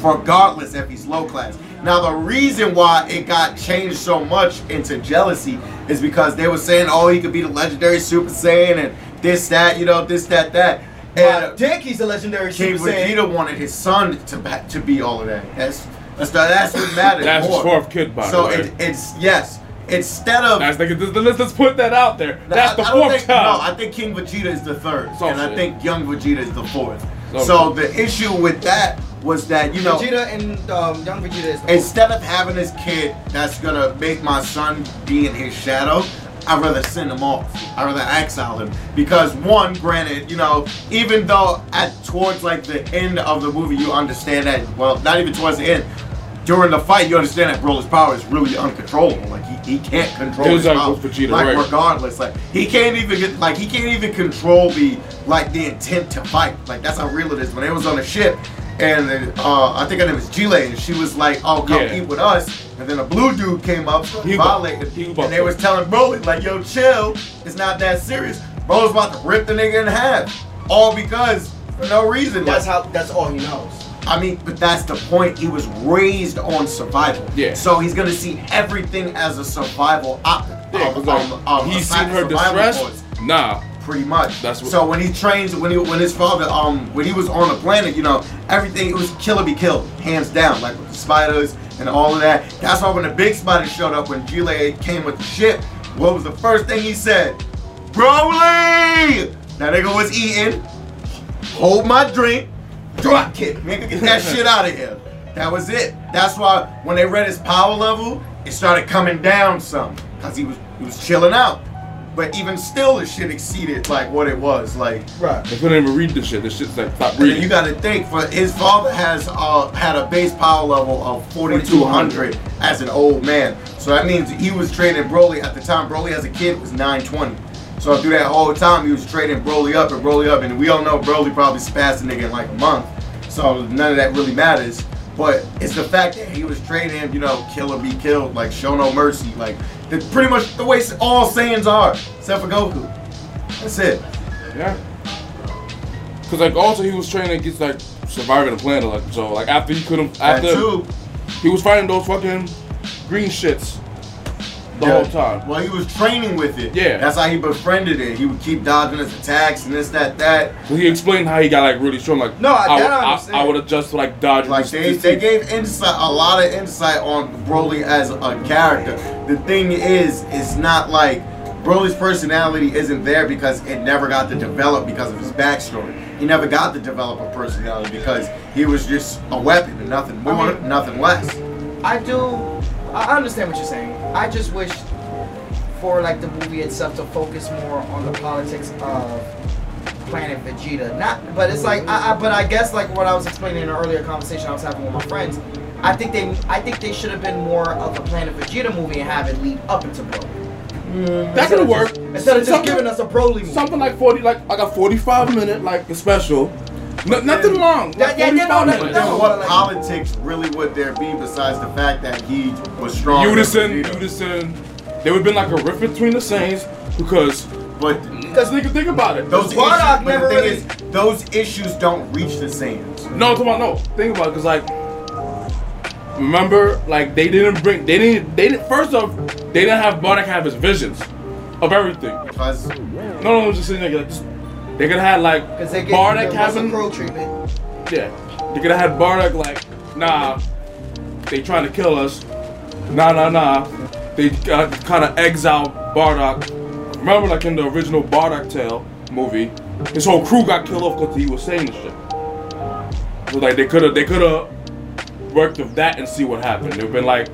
[SPEAKER 2] regardless if he's low class. Now the reason why it got changed so much into jealousy is because they were saying, oh, he could be the legendary Super Saiyan and this, that, you know, this, that, that.
[SPEAKER 1] But
[SPEAKER 2] And
[SPEAKER 1] Dick, he's a legendary
[SPEAKER 2] King
[SPEAKER 1] Super Saiyan.
[SPEAKER 2] Vegeta wanted his son to ba- to be all of that. That's that's that's what matters.
[SPEAKER 3] That's his
[SPEAKER 2] more.
[SPEAKER 3] fourth kid, by
[SPEAKER 2] So
[SPEAKER 3] the way.
[SPEAKER 2] it, it's yes. Instead of
[SPEAKER 3] That's like, let's, let's- let's put that out there. That's
[SPEAKER 2] I-
[SPEAKER 3] the
[SPEAKER 2] I don't
[SPEAKER 3] fourth
[SPEAKER 2] think,
[SPEAKER 3] time.
[SPEAKER 2] No, I think King Vegeta is the third,
[SPEAKER 3] Some
[SPEAKER 2] and I
[SPEAKER 3] shit.
[SPEAKER 2] think Young Vegeta is the fourth.
[SPEAKER 3] Some
[SPEAKER 2] so the issue with that was that you know
[SPEAKER 1] Vegeta and um, young Vegeta is the
[SPEAKER 2] instead of having this kid that's gonna make my son be in his shadow, I'd rather send him off. I'd rather exile him. Because one, granted, you know, even though at towards like the end of the movie you understand that well, not even towards the end, during the fight you understand that Broly's power is really uncontrollable. Like he, he can't control
[SPEAKER 3] It was
[SPEAKER 2] his
[SPEAKER 3] like
[SPEAKER 2] power.
[SPEAKER 3] with Vegeta,
[SPEAKER 2] like
[SPEAKER 3] right.
[SPEAKER 2] regardless. Like he can't even get like he can't even control the like the intent to fight. Like that's how real it is. When they was on the ship and uh, I think her name is Gile, and she was like, "Oh, come
[SPEAKER 3] Yeah.
[SPEAKER 2] eat with us." And then a blue dude came up,
[SPEAKER 3] He was-
[SPEAKER 2] violated,
[SPEAKER 3] he was
[SPEAKER 2] and they was telling Broly like, "Yo, chill, it's not that serious." Broly's about to rip the nigga in half. all because for no reason.
[SPEAKER 1] That's
[SPEAKER 2] That's
[SPEAKER 1] how. That's all he knows.
[SPEAKER 2] I mean, but that's the point. He was raised on survival.
[SPEAKER 3] Yeah.
[SPEAKER 2] So he's gonna see everything as a survival op. um,
[SPEAKER 3] Yeah, 'cause, like, he's seen her distress.
[SPEAKER 2] distress.
[SPEAKER 3] Nah,
[SPEAKER 2] Pretty much.
[SPEAKER 3] That's what-
[SPEAKER 2] so when he trains, when he when his father, um, when he was on the planet, you know, everything it was kill or be killed, hands down, like with the spiders and all of that. That's why when the big spider showed up, when Gile came with the ship, what was the first thing he said? Broly! That nigga was eating. Hold my drink. Drop kick, nigga, get that shit out of here. That was it. That's why when they read his power level, it started coming down some, cause he was he was chilling out. But even still, the shit exceeded like what it was. Like
[SPEAKER 1] Right.
[SPEAKER 3] they couldn't even read this shit. This shit's like stop
[SPEAKER 2] I mean, you
[SPEAKER 3] reading.
[SPEAKER 2] got to think for his father has uh, had a base power level of 4200 as an old man. So that means he was trading Broly at the time. Broly as a kid was 920. So through that whole time, he was trading Broly up and Broly up, and we all know Broly probably spazzed a nigga in like a month. So none of that really matters. But it's the fact that he was trading him, you know, kill or be killed, like show no mercy, like the, pretty much the way all Saiyans are, except for Goku. That's it.
[SPEAKER 3] Yeah. Cause like also he was training against like surviving the planet. Like so like after he couldn't
[SPEAKER 2] That
[SPEAKER 3] after
[SPEAKER 2] too.
[SPEAKER 3] he was fighting those fucking green shits the
[SPEAKER 2] Yeah.
[SPEAKER 3] whole time.
[SPEAKER 2] Well, he was training with it.
[SPEAKER 3] Yeah.
[SPEAKER 2] That's how he befriended it. He would keep dodging his attacks and this, that, that.
[SPEAKER 3] So he explained how he got like really strong. Like
[SPEAKER 1] No, I-
[SPEAKER 3] I,
[SPEAKER 1] that
[SPEAKER 3] would-
[SPEAKER 1] I
[SPEAKER 3] I,
[SPEAKER 1] understand.
[SPEAKER 3] I would adjust to like dodge.
[SPEAKER 2] Like
[SPEAKER 3] this-
[SPEAKER 2] they,
[SPEAKER 3] this
[SPEAKER 2] they
[SPEAKER 3] thing.
[SPEAKER 2] gave insight, a lot of insight on Broly as a character. The thing is, it's not like Broly's personality isn't there because it never got to develop because of his backstory. He never got to develop a personality because he was just a weapon and nothing more,
[SPEAKER 1] mean-
[SPEAKER 2] nothing less.
[SPEAKER 1] I do. I understand what you're saying. I just wish for like the movie itself to focus more on the politics of Planet Vegeta. Not, but it's like, I, I, but I guess like what I was explaining in an earlier conversation I was having with my friends. I think they, I think they should have been more of a Planet Vegeta movie and have it lead up into Broly.
[SPEAKER 3] that
[SPEAKER 1] Instead
[SPEAKER 3] could
[SPEAKER 1] of
[SPEAKER 3] work.
[SPEAKER 1] just- Instead of just
[SPEAKER 3] Something-
[SPEAKER 1] giving us a Broly movie.
[SPEAKER 3] something like forty, like like a forty-five minute like a special. No, nothing long.
[SPEAKER 1] Yeah,
[SPEAKER 3] like
[SPEAKER 1] yeah, yeah, no, no,
[SPEAKER 3] 45 minutes.
[SPEAKER 2] Then
[SPEAKER 1] no.
[SPEAKER 2] what
[SPEAKER 1] like-
[SPEAKER 2] politics really would there be besides the fact that he was strong?
[SPEAKER 3] Unison, unison. There would have been like a rift between the Saints because
[SPEAKER 2] But
[SPEAKER 3] because nigga think about it.
[SPEAKER 2] Those
[SPEAKER 1] Bardock
[SPEAKER 2] issues, but
[SPEAKER 1] never
[SPEAKER 2] the thing
[SPEAKER 1] really-
[SPEAKER 2] is, those issues don't reach the Saiyans.
[SPEAKER 3] No, come on, no. Think about it, cause like, remember, like they didn't bring, they didn't, they didn't. First off, they didn't have Bardock have his visions of everything.
[SPEAKER 2] Because
[SPEAKER 3] No, no, I'm just saying like, just, they could have had like
[SPEAKER 1] because they get
[SPEAKER 3] Bardock
[SPEAKER 1] the
[SPEAKER 3] having,
[SPEAKER 1] pro treatment.
[SPEAKER 3] yeah, they could have had Bardock like, nah, they trying to kill us, nah, nah, nah. They uh, kind of exiled Bardock. Remember, like in the original Bardock Tale movie, his whole crew got killed off because he was saying this shit. So like they could have they could have worked with that and see what happened. They've been like,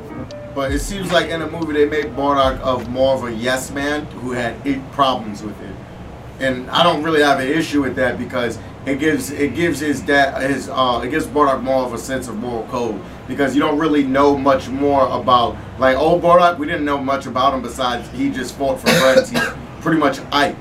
[SPEAKER 2] But it seems like in the movie they made Bardock of more of a yes man who had i- problems with it, and I don't really have an issue with that because it gives it gives his dad his uh it gives Bardock more of a sense of moral code because you don't really know much more about like old Bardock we didn't know much about him besides he just fought for friends he's pretty much Ike.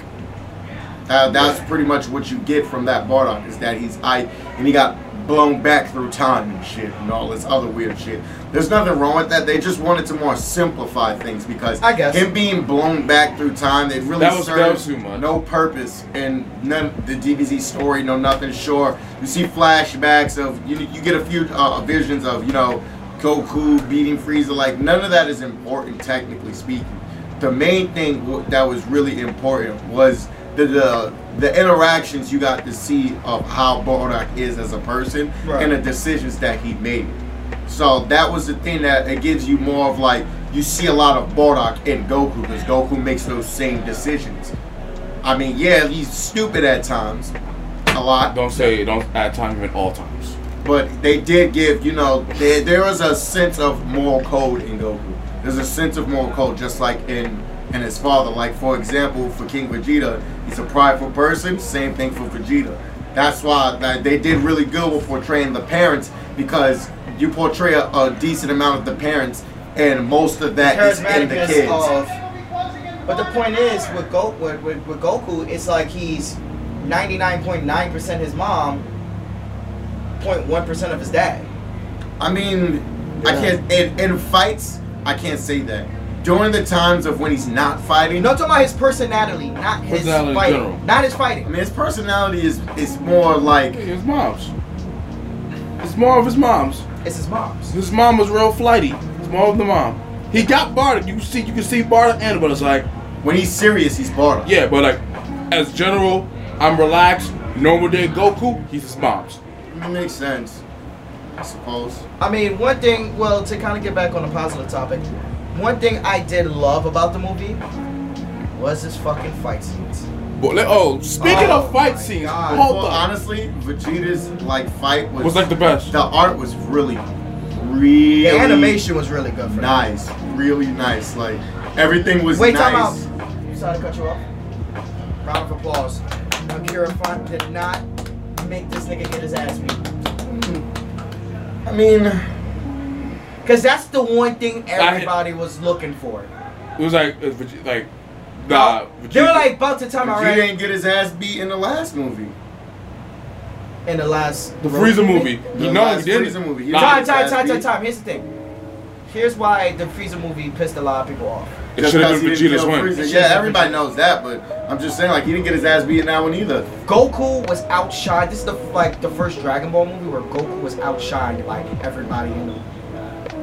[SPEAKER 2] Uh, that's pretty much what you get from that Bardock is that he's I and he got blown back through time and shit and all this other weird shit. There's nothing wrong with that. They just wanted to more simplify things because
[SPEAKER 1] I guess.
[SPEAKER 2] him being blown back through time, they really
[SPEAKER 3] That was- that
[SPEAKER 2] served
[SPEAKER 3] was too much.
[SPEAKER 2] no purpose and none the DBZ story, no nothing. Sure, you see flashbacks of you. You get a few uh, visions of you know Goku beating Frieza. Like none of that is important technically speaking. The main thing w- that was really important was the the, the interactions you got to see of how Bardock is as a person
[SPEAKER 1] Right.
[SPEAKER 2] and the decisions that he made. So that was the thing that it gives you more of like you see a lot of Bardock in Goku because Goku makes those same decisions. I mean, yeah, he's stupid at times, a lot,
[SPEAKER 3] don't say, don't at time even all times.
[SPEAKER 2] but they did give you know there there was a sense of moral code in Goku. There's a sense of moral code just like in in his father. Like for example, for King Vegeta, he's a prideful person. Same thing for Vegeta. That's why like, they did really good with portraying the parents because you portray a, a decent amount of the parents, and most of that is in the
[SPEAKER 1] Charismaticness
[SPEAKER 2] kids.
[SPEAKER 1] of. But the point is, with, Go, with, with, with Goku, it's like he's 99.9% his mom, 0.1% of his dad.
[SPEAKER 2] I mean, I can't in, in fights. I can't say that during the times of when he's not fighting.
[SPEAKER 1] No, I'm talking about his personality, not his
[SPEAKER 3] Personality in
[SPEAKER 1] fighting.
[SPEAKER 3] general.
[SPEAKER 1] Not his fighting.
[SPEAKER 2] I mean his personality is is more like
[SPEAKER 3] His mom's. It's more of his mom's.
[SPEAKER 1] It's his mom's.
[SPEAKER 3] His mom was real flighty. His mom was the mom. He got Bardock. You see, you can see Bardock and but it's like,
[SPEAKER 2] when he's serious he's Bardock.
[SPEAKER 3] yeah, but like, as general, I'm relaxed. Normal day Goku, he's his mom's.
[SPEAKER 2] makes sense, I suppose.
[SPEAKER 1] I mean, one thing, well, to kind of get back on a positive topic, one thing I did love about the movie was his fucking fight scenes.
[SPEAKER 3] But like, oh, speaking
[SPEAKER 1] Oh
[SPEAKER 3] of fight
[SPEAKER 1] my
[SPEAKER 3] scenes,
[SPEAKER 1] God.
[SPEAKER 3] hold
[SPEAKER 2] Well,
[SPEAKER 3] up.
[SPEAKER 2] honestly, Vegeta's like fight was,
[SPEAKER 3] Was like the best.
[SPEAKER 2] The art was really, really
[SPEAKER 1] The animation was really good for that.
[SPEAKER 2] nice, really nice. Like everything was
[SPEAKER 1] Wait, time out.
[SPEAKER 2] nice.
[SPEAKER 1] Sorry to cut you off. Round of applause. Akira Font did not make this nigga get his ass beat.
[SPEAKER 2] I mean,
[SPEAKER 1] Cause that's the one thing
[SPEAKER 3] hit-
[SPEAKER 1] everybody was looking for.
[SPEAKER 3] It was like, it was Vegeta- like, nah.
[SPEAKER 1] they were
[SPEAKER 3] Vegeta-
[SPEAKER 1] like about to time
[SPEAKER 2] Vegeta
[SPEAKER 1] out right
[SPEAKER 2] didn't get his ass beat in the last movie.
[SPEAKER 1] in the last
[SPEAKER 3] the Freezer movie.
[SPEAKER 2] The
[SPEAKER 3] You know, he
[SPEAKER 2] last
[SPEAKER 3] didn't.
[SPEAKER 2] Freezer movie. He
[SPEAKER 3] Nah,
[SPEAKER 1] Time,
[SPEAKER 2] didn't get
[SPEAKER 1] time,
[SPEAKER 2] his
[SPEAKER 1] time,
[SPEAKER 2] ass
[SPEAKER 1] time,
[SPEAKER 2] beat.
[SPEAKER 1] time. Here's the thing. Here's why the Freezer movie pissed a lot of people off.
[SPEAKER 3] It
[SPEAKER 2] Just
[SPEAKER 3] should have
[SPEAKER 2] 'cause
[SPEAKER 3] been
[SPEAKER 2] he didn't
[SPEAKER 3] Vegeta's
[SPEAKER 2] kill
[SPEAKER 3] win.
[SPEAKER 2] Frieza. Yeah, everybody knows that, but I'm just saying, like, he didn't get his ass beat in that one either.
[SPEAKER 1] Goku was outshined. This is the like the first Dragon Ball movie where Goku was outshined like everybody in the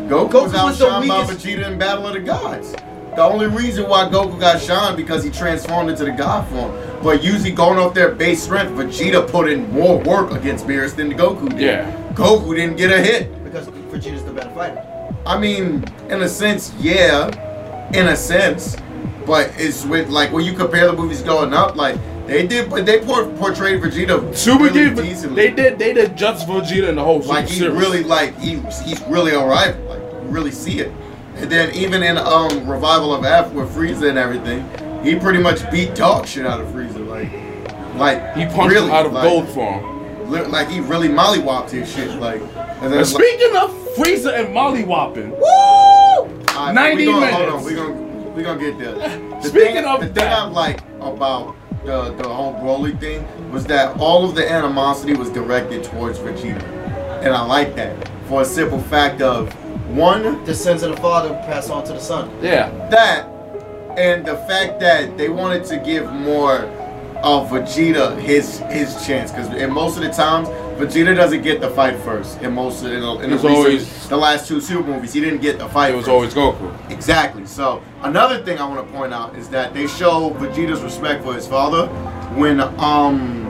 [SPEAKER 2] Goku,
[SPEAKER 1] Goku
[SPEAKER 2] was
[SPEAKER 1] was the
[SPEAKER 2] outshined by
[SPEAKER 1] weakest-
[SPEAKER 2] Vegeta in Battle of the Gods. The only reason why Goku got shined because he transformed into the God form. But usually going off their base strength, Vegeta put in more work against Beerus than Goku did.
[SPEAKER 3] Yeah.
[SPEAKER 2] Goku didn't get a hit.
[SPEAKER 1] because Vegeta's the better fighter.
[SPEAKER 2] I mean, in a sense, yeah, in a sense, but it's with like when you compare the movies going up, like they did, but they por- portrayed Vegeta
[SPEAKER 3] Super
[SPEAKER 2] really
[SPEAKER 3] Vegeta-
[SPEAKER 2] decently.
[SPEAKER 3] They did. They did just Vegeta in the whole
[SPEAKER 2] like
[SPEAKER 3] Super
[SPEAKER 2] he's
[SPEAKER 3] series.
[SPEAKER 2] really like he, he's really alright. Like you really see it. And then even in um revival of F with Frieza and everything, he pretty much beat dog shit out of Frieza. Like, like
[SPEAKER 3] He punched
[SPEAKER 2] really,
[SPEAKER 3] him out of
[SPEAKER 2] like,
[SPEAKER 3] gold form.
[SPEAKER 2] li- like he really mollywopped his shit. Like, and then
[SPEAKER 3] And
[SPEAKER 2] it's like,
[SPEAKER 3] speaking of Frieza and Molly Whopping,
[SPEAKER 2] all right,
[SPEAKER 3] 90
[SPEAKER 2] we gonna,
[SPEAKER 3] minutes.
[SPEAKER 2] Hold on, we gonna we gonna get there. The
[SPEAKER 3] Speaking
[SPEAKER 2] thing,
[SPEAKER 3] of
[SPEAKER 2] the thing
[SPEAKER 3] that-
[SPEAKER 2] I like about the the whole Broly thing was that all of the animosity was directed towards Vegeta, and I like that for a simple fact of one
[SPEAKER 1] The sins of the father pass on to the son.
[SPEAKER 3] yeah,
[SPEAKER 2] that and the fact that they wanted to give more of Vegeta his his chance because in most of the times Vegeta doesn't get the fight first in most of the, in the, in the
[SPEAKER 3] It's
[SPEAKER 2] recent-
[SPEAKER 3] always-
[SPEAKER 2] the last two super movies he didn't get the fight
[SPEAKER 3] it was
[SPEAKER 2] first.
[SPEAKER 3] always Goku.
[SPEAKER 2] Uh, exactly so another thing I want to point out is that they show Vegeta's respect for his father when um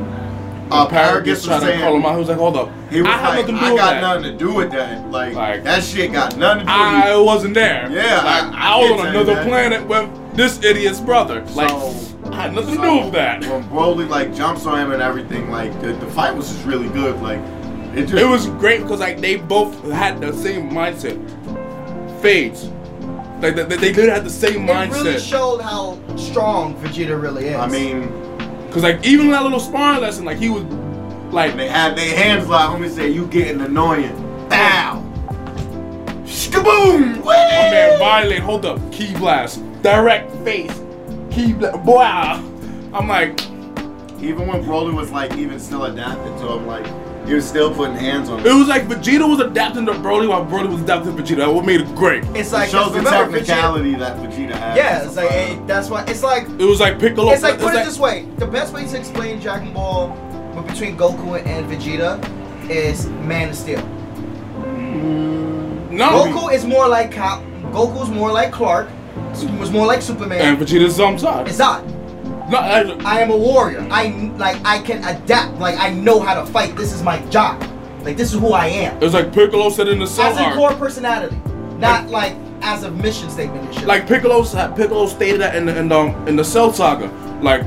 [SPEAKER 2] uh, Paragus
[SPEAKER 3] Paragus
[SPEAKER 2] was
[SPEAKER 3] trying to
[SPEAKER 2] saying
[SPEAKER 3] call him out. He was like, "Hold up,
[SPEAKER 2] he was
[SPEAKER 3] I have
[SPEAKER 2] like
[SPEAKER 3] nothing to do
[SPEAKER 2] I
[SPEAKER 3] with
[SPEAKER 2] got
[SPEAKER 3] that.
[SPEAKER 2] nothing to do with that like,
[SPEAKER 3] Like-
[SPEAKER 2] that shit got nothing to do with
[SPEAKER 3] I wasn't there.
[SPEAKER 2] Yeah,
[SPEAKER 3] like,
[SPEAKER 2] I- I
[SPEAKER 3] I, was
[SPEAKER 2] can't tell
[SPEAKER 3] on
[SPEAKER 2] you
[SPEAKER 3] another
[SPEAKER 2] that.
[SPEAKER 3] planet with this idiot's brother. Like,
[SPEAKER 2] So-
[SPEAKER 3] I had nothing to
[SPEAKER 2] So,
[SPEAKER 3] do with that.
[SPEAKER 2] When Broly like jumps on him and everything, like the, the fight was just really good. Like it just
[SPEAKER 3] It was great because like they both had the same mindset. Fades. Like they, they, they did have the same
[SPEAKER 1] It really
[SPEAKER 3] mindset.
[SPEAKER 1] showed how strong Vegeta really is.
[SPEAKER 2] I mean,
[SPEAKER 3] Cause like even that little sparring lesson, like he was like
[SPEAKER 2] they had their hands locked. Let me say, you getting annoying. Bow. Shkaboom!
[SPEAKER 3] My man,
[SPEAKER 2] Whee!
[SPEAKER 3] violate. Hold up, key blast, direct face, key blast. Wow. I'm like,
[SPEAKER 2] Even when Broly was like even still adapted to him, like he was still putting hands on
[SPEAKER 3] it
[SPEAKER 2] him.
[SPEAKER 3] was like Vegeta was adapting to Broly while Broly was adapting to Vegeta. That what made it great. It
[SPEAKER 1] it's like
[SPEAKER 2] it shows the
[SPEAKER 1] remember Vegeta,
[SPEAKER 2] technicality that Vegeta has.
[SPEAKER 1] Yeah, it's like it, that's why it's like
[SPEAKER 3] was like Piccolo.
[SPEAKER 1] it's like put it this way. The best way to explain Dragon Ball between Goku and Vegeta is Man of Steel.
[SPEAKER 3] No.
[SPEAKER 1] Goku is more like Cal- Goku's more like Clark. Was more like
[SPEAKER 3] And
[SPEAKER 1] Superman.
[SPEAKER 3] Vegeta's um side.
[SPEAKER 1] It's not.
[SPEAKER 3] No, I,
[SPEAKER 1] I am a warrior. I like I can adapt. Like I know how to fight. This is my job. Like this is who I am.
[SPEAKER 3] it was like Piccolo said in the
[SPEAKER 1] As
[SPEAKER 3] Cell
[SPEAKER 1] a
[SPEAKER 3] arc.
[SPEAKER 1] core personality, not like as a mission statement and shit.
[SPEAKER 3] like Piccolo, sa- Piccolo stated that in the in the, um, in the Cell saga. Like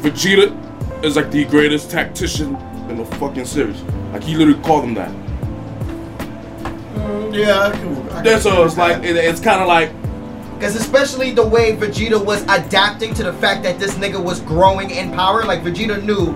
[SPEAKER 3] Vegeta is like the greatest tactician in the fucking series. Like he literally called him that.
[SPEAKER 2] Mm, yeah, I can, I
[SPEAKER 3] That's so
[SPEAKER 2] can
[SPEAKER 3] it's like it, it's kind of like
[SPEAKER 1] Because especially the way Vegeta was adapting to the fact that this nigga was growing in power, like Vegeta knew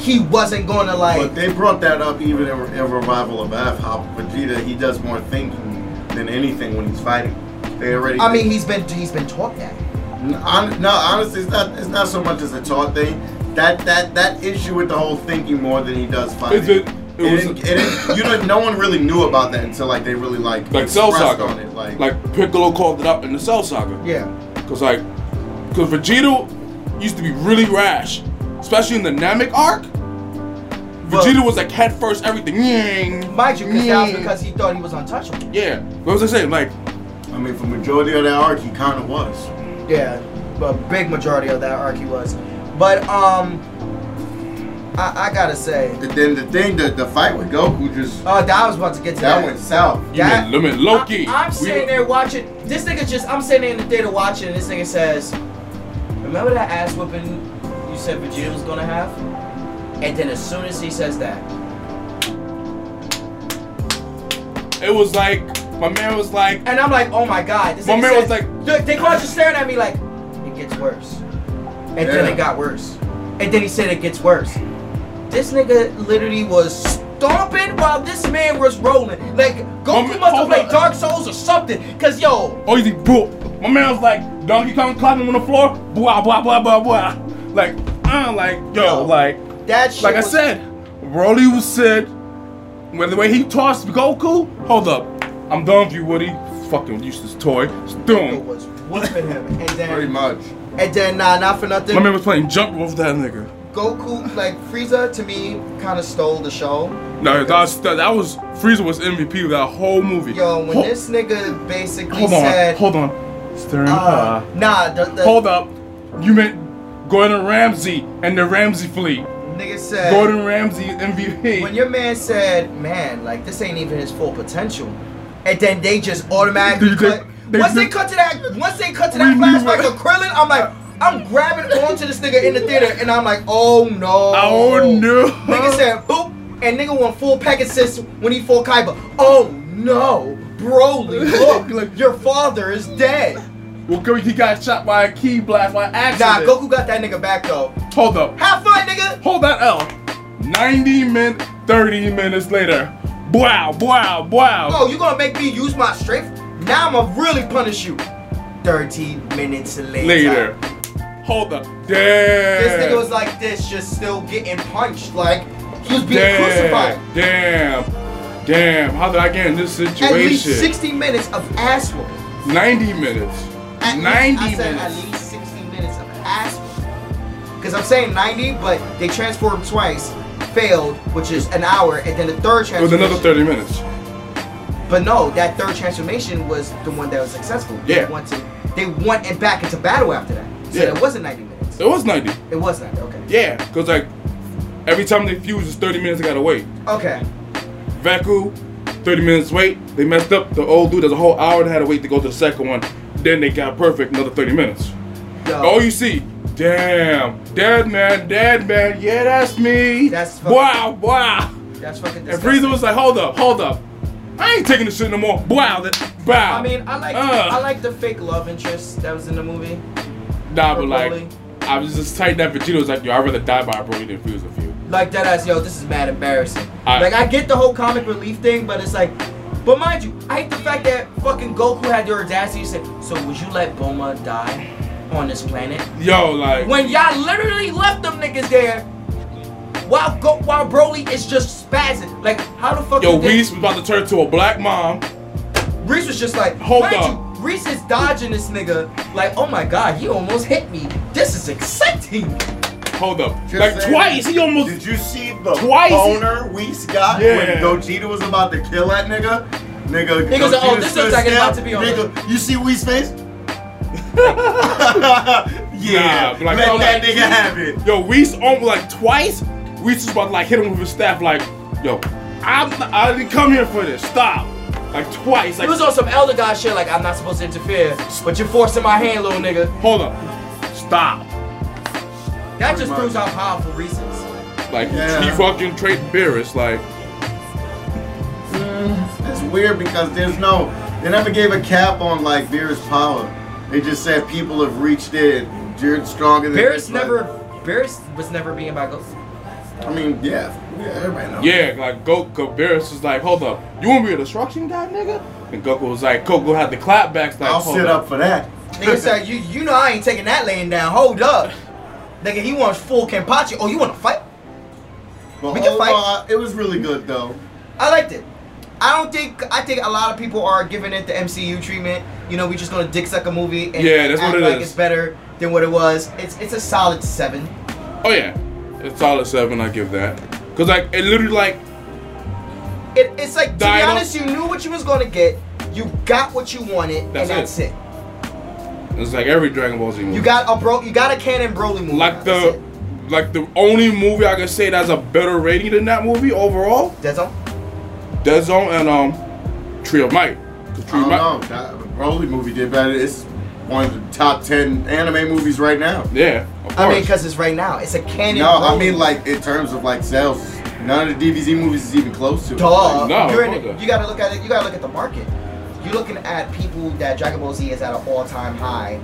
[SPEAKER 1] he wasn't gonna like.
[SPEAKER 2] But they brought that up even in, in Revival of F. How Vegeta he does more thinking than anything when he's fighting. They already.
[SPEAKER 1] I mean, he's been he's been taught that.
[SPEAKER 2] N- hon- no, honestly, it's not. It's not so much as a taught thing. That that that issue with the whole thinking more than he does fighting.
[SPEAKER 3] It's a- It
[SPEAKER 2] It
[SPEAKER 3] was
[SPEAKER 2] didn't, it didn't, you didn't, no one really knew about that until like they really like
[SPEAKER 3] like Cell
[SPEAKER 2] expressed
[SPEAKER 3] Saga.
[SPEAKER 2] on it. Like,
[SPEAKER 3] like Piccolo called it up in the Cell Saga.
[SPEAKER 1] Yeah.
[SPEAKER 3] Cause like, cause Vegeta used to be really rash, especially in the Namek arc. Vegeta was like head first everything.
[SPEAKER 1] Mind you, because that was
[SPEAKER 3] Yeah.
[SPEAKER 1] because he thought he was untouchable.
[SPEAKER 3] Yeah. What was I saying? Like,
[SPEAKER 2] I mean, for majority of that arc, he kind of was.
[SPEAKER 1] Yeah, but big majority of that arc he was. But um, I, I gotta say,
[SPEAKER 2] And then the thing, the the fight with Goku just
[SPEAKER 1] uh, that I was about to get to that,
[SPEAKER 2] that went south.
[SPEAKER 3] you
[SPEAKER 1] That-
[SPEAKER 3] mean Lemon Loki?
[SPEAKER 1] I, am
[SPEAKER 3] We-
[SPEAKER 1] sitting there watching. This nigga just. I'm sitting in the theater watching. And this nigga says, "Remember that ass whipping you said Vegeta was gonna have?" And then as soon as he says that,
[SPEAKER 3] It was like my man was like,
[SPEAKER 1] and I'm like, "Oh my god!" This
[SPEAKER 3] My
[SPEAKER 1] nigga
[SPEAKER 3] man was
[SPEAKER 1] said-
[SPEAKER 3] like-
[SPEAKER 1] they, they caught you staring at me like, "It gets worse," and then
[SPEAKER 2] Yeah.
[SPEAKER 1] it got worse, and then he said it gets worse. This nigga literally was. Stomping while this man was rolling. Like, Goku
[SPEAKER 3] man-
[SPEAKER 1] must have
[SPEAKER 3] hold
[SPEAKER 1] played
[SPEAKER 3] on.
[SPEAKER 1] Dark Souls or something. Cause yo,
[SPEAKER 3] oh, he's like, bro. My man was like, Donkey Kong clapping on the floor, blah blah blah blah blah. Like, uh, like
[SPEAKER 1] Yo.
[SPEAKER 3] yo, like,
[SPEAKER 1] that shit
[SPEAKER 3] like I
[SPEAKER 1] was-
[SPEAKER 3] said, Broly was said when the way he tossed Goku. Hold up, I'm done with you, Woody. Fucking useless toy.
[SPEAKER 1] It
[SPEAKER 3] Doom.
[SPEAKER 1] was whooping him, and
[SPEAKER 2] Pretty
[SPEAKER 1] then
[SPEAKER 2] much.
[SPEAKER 1] and then nah, not for nothing.
[SPEAKER 3] My man was playing jump with that nigga.
[SPEAKER 1] Goku, like Frieza, to me, kind of stole the show.
[SPEAKER 3] No, that was, that, that was Frieza was MVP of that whole movie.
[SPEAKER 1] Yo, when
[SPEAKER 3] Ho-
[SPEAKER 1] this nigga basically
[SPEAKER 3] hold on,
[SPEAKER 1] said,
[SPEAKER 3] hold on, stirring.
[SPEAKER 1] uh,
[SPEAKER 3] Uh,
[SPEAKER 1] nah, the, the
[SPEAKER 3] Hold up. You meant Gordon Ramsay and the Ramsay fleet.
[SPEAKER 1] nigga said,
[SPEAKER 3] Gordon Ramsay MVP.
[SPEAKER 1] when your man said, man, like this ain't even his full potential, and then they just automatically
[SPEAKER 3] They- they-
[SPEAKER 1] cut.
[SPEAKER 3] they-
[SPEAKER 1] once they cut to that, once they cut to
[SPEAKER 3] We
[SPEAKER 1] that
[SPEAKER 3] knew
[SPEAKER 1] flashback
[SPEAKER 3] it.
[SPEAKER 1] of Krillin, I'm like, I'm grabbing onto this nigga in the theater, and I'm like, oh no.
[SPEAKER 3] Oh, no.
[SPEAKER 1] Nigga said boop, and nigga won full pack assist when he fought Kaiba. Oh no, Broly, look,
[SPEAKER 3] Like-
[SPEAKER 1] your father is dead.
[SPEAKER 3] well, Goku, he got shot by a key blast by
[SPEAKER 1] Nah,
[SPEAKER 3] accident.
[SPEAKER 1] Goku got that nigga back though.
[SPEAKER 3] Hold up.
[SPEAKER 1] Have fun, nigga.
[SPEAKER 3] Hold that L. 90 min, 30 minutes later. Wow, wow, wow.
[SPEAKER 1] Oh, you gonna make me use my strength? Now I'ma really punish you. 30 minutes later.
[SPEAKER 3] later. Hold up. Damn.
[SPEAKER 1] This nigga was like this, just still getting punched. Like, he was being
[SPEAKER 3] Damn.
[SPEAKER 1] crucified.
[SPEAKER 3] Damn. Damn. How did I get in this
[SPEAKER 1] At
[SPEAKER 3] situation?
[SPEAKER 1] least 60 minutes of ass whooping.
[SPEAKER 3] 90 minutes.
[SPEAKER 1] At
[SPEAKER 3] 90
[SPEAKER 1] least, I said
[SPEAKER 3] minutes.
[SPEAKER 1] at least 60 minutes of ass Because I'm saying 90, but they transformed twice, failed, which is an hour, and then the third
[SPEAKER 3] it was
[SPEAKER 1] transformation.
[SPEAKER 3] another 30 minutes.
[SPEAKER 1] But no, that third transformation was the one that was successful.
[SPEAKER 3] Yeah.
[SPEAKER 1] They went, to, they went and back into battle after that. So
[SPEAKER 3] Yeah.
[SPEAKER 1] it wasn't 90 minutes.
[SPEAKER 3] It was 90.
[SPEAKER 1] It was 90, okay.
[SPEAKER 3] Yeah, because like every time they fuse, it's 30 minutes I gotta wait.
[SPEAKER 1] Okay.
[SPEAKER 3] Vacu, 30 minutes wait. They messed up. The old dude, there's a whole hour and had to wait to go to the second one. Then they got perfect, another 30 minutes.
[SPEAKER 1] Yo,
[SPEAKER 3] All Oh, you see, damn, dead man, dead man, yeah, that's me.
[SPEAKER 1] That's fucking-
[SPEAKER 3] Wow, wow.
[SPEAKER 1] that's fucking
[SPEAKER 3] And
[SPEAKER 1] disgusting.
[SPEAKER 3] Frieza was like, hold up, hold up. I ain't taking this shit no more. Wow, that, wow.
[SPEAKER 1] I mean, I like
[SPEAKER 3] Ugh.
[SPEAKER 1] I like the fake love interest that was in the movie.
[SPEAKER 3] Nah, but like,
[SPEAKER 1] Broly.
[SPEAKER 3] I was just tight that Vegeta was like, yo, I'd rather die by a Broly than fuse with you.
[SPEAKER 1] Like that ass, yo, this is mad embarrassing.
[SPEAKER 3] I-
[SPEAKER 1] like I get the whole comic relief thing, but it's like, but mind you, I hate the fact that fucking Goku had the audacity to say, "So would you let Boma die on this planet?"
[SPEAKER 3] Yo, like,
[SPEAKER 1] When y'all literally left them niggas there, while Go- while Broly is just spazzing. Like how the fuck?
[SPEAKER 3] yo,
[SPEAKER 1] you think-
[SPEAKER 3] Whis was about to turn to a black mom.
[SPEAKER 1] Reese was just like,
[SPEAKER 3] Hold
[SPEAKER 1] mind
[SPEAKER 3] up.
[SPEAKER 1] You, Reese is dodging this nigga. Like, oh my god, he almost hit me. This is exciting.
[SPEAKER 3] Hold up.
[SPEAKER 2] Just
[SPEAKER 3] Like
[SPEAKER 2] saying.
[SPEAKER 3] twice, he almost.
[SPEAKER 2] Did you see the
[SPEAKER 3] Twice he-
[SPEAKER 2] boner Whis got when
[SPEAKER 3] Yeah.
[SPEAKER 2] Gogeta was about to kill that nigga? Nigga,
[SPEAKER 1] He goes,
[SPEAKER 2] Gogeta
[SPEAKER 1] "Oh, this
[SPEAKER 2] stood
[SPEAKER 1] looks like it's
[SPEAKER 2] still."
[SPEAKER 1] about to be on
[SPEAKER 2] Nigga, you see Whis' face?
[SPEAKER 3] Nah,
[SPEAKER 2] yeah,
[SPEAKER 3] but like,
[SPEAKER 2] let
[SPEAKER 3] oh,
[SPEAKER 2] that
[SPEAKER 3] like-
[SPEAKER 2] nigga have it.
[SPEAKER 3] Yo, Weiss on like twice. Weiss was about to like hit him with his staff. Like, yo, I'm I didn't come here for this. Stop. Like twice.
[SPEAKER 1] He
[SPEAKER 3] Like,
[SPEAKER 1] was on some elder god shit. Like, I'm not supposed to interfere, but you're forcing my hand, little nigga.
[SPEAKER 3] hold up. Stop.
[SPEAKER 1] That just proves how powerful Reese is.
[SPEAKER 3] Like
[SPEAKER 2] Yeah.
[SPEAKER 3] he fucking Trey Beerus. Like,
[SPEAKER 2] It's weird because there's no. They never gave a cap on like Beer's power. They just said people have reached it. You're stronger than.
[SPEAKER 1] Barris
[SPEAKER 2] but-
[SPEAKER 1] never, Barris was never being by Goku.
[SPEAKER 2] I mean, yeah, yeah, everybody knows.
[SPEAKER 3] yeah, like Goku Beerus was like, hold up, you wanna be a destruction guy, nigga? And Goku was like, Goku had the clapbacks. Like,
[SPEAKER 2] I'll
[SPEAKER 3] hold
[SPEAKER 2] sit up for that.
[SPEAKER 1] Nigga said, you, you know I ain't taking that laying down. Hold up. Nigga, he wants full Kenpachi. Oh, you want to fight?
[SPEAKER 2] But But
[SPEAKER 1] We can fight.
[SPEAKER 2] overall, it was really good though.
[SPEAKER 1] I liked it. I don't think I think a lot of people are giving it the MCU treatment. You know, we just gonna dick suck a movie and
[SPEAKER 3] Yeah, that's
[SPEAKER 1] act
[SPEAKER 3] what it
[SPEAKER 1] like
[SPEAKER 3] is.
[SPEAKER 1] it's better than what it was. It's it's a solid seven.
[SPEAKER 3] Oh yeah, it's solid seven. I give that. Cause like it literally like
[SPEAKER 1] It, it's like to be
[SPEAKER 3] Dino.
[SPEAKER 1] honest, you knew what you was gonna get. You got what you wanted,
[SPEAKER 3] That's
[SPEAKER 1] and
[SPEAKER 3] it.
[SPEAKER 1] that's it.
[SPEAKER 3] it's like every Dragon Ball Z movie.
[SPEAKER 1] You got a bro. You got a canon Broly movie. now,
[SPEAKER 3] like
[SPEAKER 1] that's
[SPEAKER 3] the
[SPEAKER 1] it.
[SPEAKER 3] like the only movie I can say that's a better rating than that movie overall.
[SPEAKER 1] That's all.
[SPEAKER 3] Dead Zone and um Tree of Might. 'Cause
[SPEAKER 2] I
[SPEAKER 3] Tree
[SPEAKER 2] don't
[SPEAKER 3] of Might-
[SPEAKER 2] know. That Broly movie did better. It's one of the top ten anime movies right now.
[SPEAKER 3] Yeah, of course.
[SPEAKER 1] I mean, because it's right now. It's a canon.
[SPEAKER 2] No, I
[SPEAKER 1] Broly
[SPEAKER 2] mean
[SPEAKER 1] movie.
[SPEAKER 2] like in terms of like sales, none of the DBZ movies is even close to it.
[SPEAKER 1] Duh.
[SPEAKER 2] Like,
[SPEAKER 3] No,
[SPEAKER 1] You're
[SPEAKER 3] fuck
[SPEAKER 1] in,
[SPEAKER 3] that.
[SPEAKER 1] you gotta look at it. You gotta look at the market. You're looking at people that Dragon Ball Z is at an all-time high,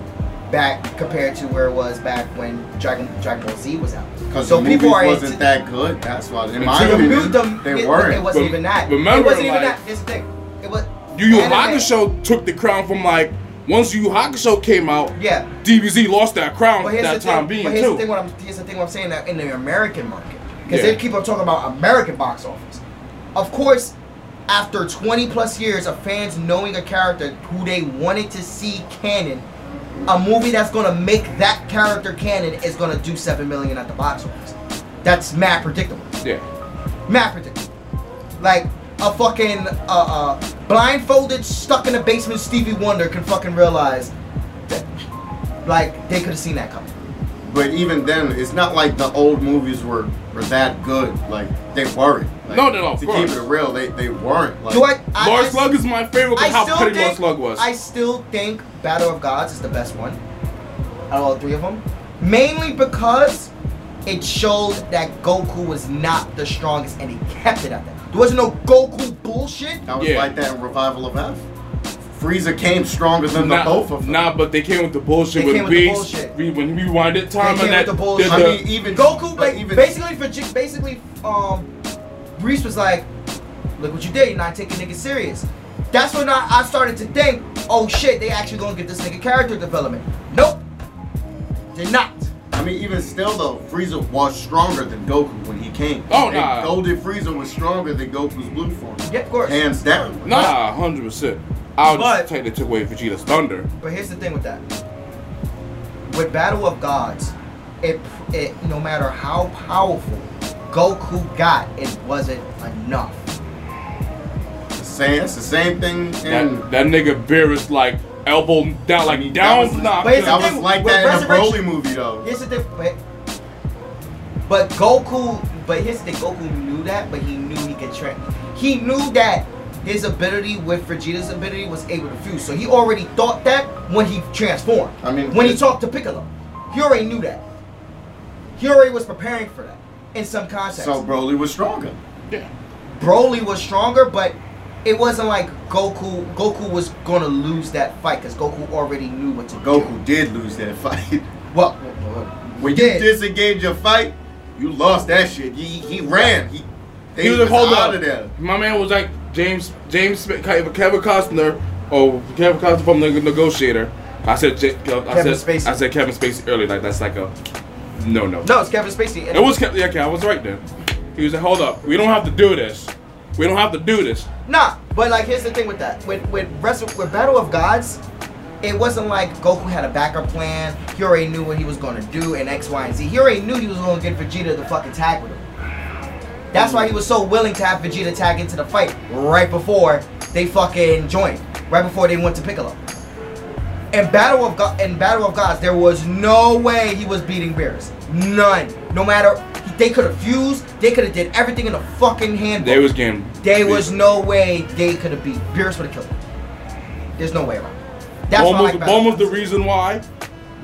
[SPEAKER 1] back compared to where it was back when Dragon Dragon Ball Z was out.
[SPEAKER 2] Because
[SPEAKER 1] So
[SPEAKER 2] the
[SPEAKER 1] people
[SPEAKER 2] movies
[SPEAKER 1] are
[SPEAKER 2] wasn't
[SPEAKER 1] into-
[SPEAKER 2] that good. That's why, in
[SPEAKER 3] The
[SPEAKER 2] my
[SPEAKER 3] two-
[SPEAKER 2] opinion,
[SPEAKER 1] The mu-
[SPEAKER 2] they
[SPEAKER 1] it,
[SPEAKER 2] weren't.
[SPEAKER 1] It wasn't
[SPEAKER 3] But
[SPEAKER 1] even that. it
[SPEAKER 3] remember,
[SPEAKER 1] wasn't even
[SPEAKER 3] like-
[SPEAKER 1] that. It's the thing. It was.
[SPEAKER 3] Yu Yu
[SPEAKER 1] anime.
[SPEAKER 3] Hakusho took the crown from like once Yu Yu Hakusho came out.
[SPEAKER 1] Yeah.
[SPEAKER 3] DBZ lost that crown
[SPEAKER 1] But here's
[SPEAKER 3] that
[SPEAKER 1] the thing.
[SPEAKER 3] time
[SPEAKER 1] but
[SPEAKER 3] being
[SPEAKER 1] here's the thing.
[SPEAKER 3] too.
[SPEAKER 1] What I'm here's the thing. What I'm saying that in the American market, because
[SPEAKER 3] Yeah.
[SPEAKER 1] they keep on talking about American box office. Of course, after 20 plus years of fans knowing a character who they wanted to see canon, a movie that's gonna make that character canon is gonna do seven million at the box office. That's mad predictable.
[SPEAKER 3] Yeah,
[SPEAKER 1] Mad predictable. Like a fucking uh, uh, blindfolded, stuck in the basement Stevie Wonder can fucking realize that, like, they could have seen that coming.
[SPEAKER 2] But even then, it's not like the old movies were, were that good. Like they weren't. Like,
[SPEAKER 3] No, no, no, of
[SPEAKER 2] To
[SPEAKER 3] course.
[SPEAKER 2] keep it real, they they weren't. Like,
[SPEAKER 1] Do I? I
[SPEAKER 3] Lars
[SPEAKER 1] I-
[SPEAKER 3] Slug is my favorite. 'cause
[SPEAKER 1] I
[SPEAKER 3] How
[SPEAKER 1] still
[SPEAKER 3] pretty
[SPEAKER 1] think-
[SPEAKER 3] Lars Slug was.
[SPEAKER 1] I still think Battle of Gods is the best one out of all three of them, mainly because it showed that Goku was not the strongest, and he kept it at that. There wasn't no Goku bullshit.
[SPEAKER 2] That was
[SPEAKER 3] Yeah.
[SPEAKER 2] like that in Revival of F. Frieza came stronger than
[SPEAKER 3] Nah,
[SPEAKER 2] the both of them.
[SPEAKER 3] nah, but they came with the
[SPEAKER 1] They
[SPEAKER 3] bullshit with
[SPEAKER 1] came with the
[SPEAKER 3] Beast.
[SPEAKER 1] bullshit.
[SPEAKER 3] We, when we winded time
[SPEAKER 1] came
[SPEAKER 3] and
[SPEAKER 1] with
[SPEAKER 3] that,
[SPEAKER 1] the bullshit.
[SPEAKER 3] did
[SPEAKER 2] I
[SPEAKER 3] the-
[SPEAKER 2] mean, even
[SPEAKER 1] Goku,
[SPEAKER 2] but
[SPEAKER 1] ba-
[SPEAKER 2] even
[SPEAKER 1] basically, for J- basically, um, Reese was like, "Look what you did. You're not taking niggas serious." That's when I, I started to think, "Oh shit, they actually gonna give this nigga character development." Nope, did not.
[SPEAKER 2] I mean, even still though, Frieza was stronger than Goku when he came.
[SPEAKER 3] Oh,
[SPEAKER 2] and
[SPEAKER 3] nah.
[SPEAKER 2] Golden Frieza was stronger than Goku's blue form.
[SPEAKER 1] Yeah, of course.
[SPEAKER 2] Hands down.
[SPEAKER 3] nah, hundred percent. I'll
[SPEAKER 1] But-
[SPEAKER 3] just take it away Vegeta's thunder.
[SPEAKER 1] But here's the thing with that. With Battle of Gods, it it no matter how powerful Goku got, it wasn't enough.
[SPEAKER 2] The same, it's the same thing. In,
[SPEAKER 3] That, that nigga Beerus like elbow down like down
[SPEAKER 2] Mm. that was,
[SPEAKER 3] knock.
[SPEAKER 1] But it's the
[SPEAKER 2] that
[SPEAKER 1] thing
[SPEAKER 2] was like
[SPEAKER 1] with
[SPEAKER 2] that in the
[SPEAKER 1] Resurrection-
[SPEAKER 2] Broly movie though.
[SPEAKER 1] Here's the thing, but but Goku, but here's the thing, Goku knew that, but he knew he could train. He knew that his ability with Vegeta's ability was able to fuse. So he already thought that when he transformed.
[SPEAKER 2] I mean,
[SPEAKER 1] when he
[SPEAKER 2] it-
[SPEAKER 1] talked to Piccolo, he already knew that. He already was preparing for that in some context.
[SPEAKER 2] So Broly was stronger.
[SPEAKER 3] Yeah.
[SPEAKER 1] Broly was stronger, but it wasn't like Goku. Goku was gonna lose that fight because Goku already knew what to do.
[SPEAKER 2] Goku did lose that fight.
[SPEAKER 1] Well,
[SPEAKER 2] When you
[SPEAKER 1] Yeah.
[SPEAKER 2] disengage your fight, you lost that shit. He, he ran. He, they
[SPEAKER 3] He was like, hold
[SPEAKER 2] out
[SPEAKER 3] up.
[SPEAKER 2] of there.
[SPEAKER 3] My man was like James James Sp- Ke- Kevin Costner or Kevin Costner from the Negotiator. I said J- I
[SPEAKER 1] Kevin
[SPEAKER 3] said
[SPEAKER 1] Spacey.
[SPEAKER 3] I said Kevin Spacey earlier. Like that's like a no no.
[SPEAKER 1] no, it's Kevin Spacey.
[SPEAKER 3] It was Kevin. Yeah, okay, I was right then. He was like, hold up, we don't have to do this. We don't have to do this.
[SPEAKER 1] Nah, but like here's the thing with that. With with wrestle with Battle of Gods, it wasn't like Goku had a backup plan. He already knew what he was gonna do in X, Y, and Z. He already knew he was gonna get Vegeta to fucking tag with him. That's why he was so willing to have Vegeta tag into the fight right before they fucking joined. Right before they went to Piccolo. In Battle of God, in Battle of Gods, there was no way he was beating Beerus. None. No matter they could have fused, they could have did everything in the fucking handbook.
[SPEAKER 3] They was getting.
[SPEAKER 1] There was no way they could have beat. Beerus would have killed him. There's no way around. it. That's why I
[SPEAKER 3] Bulma's,
[SPEAKER 1] like Battle
[SPEAKER 3] Bulma's the
[SPEAKER 1] Gods,
[SPEAKER 3] reason why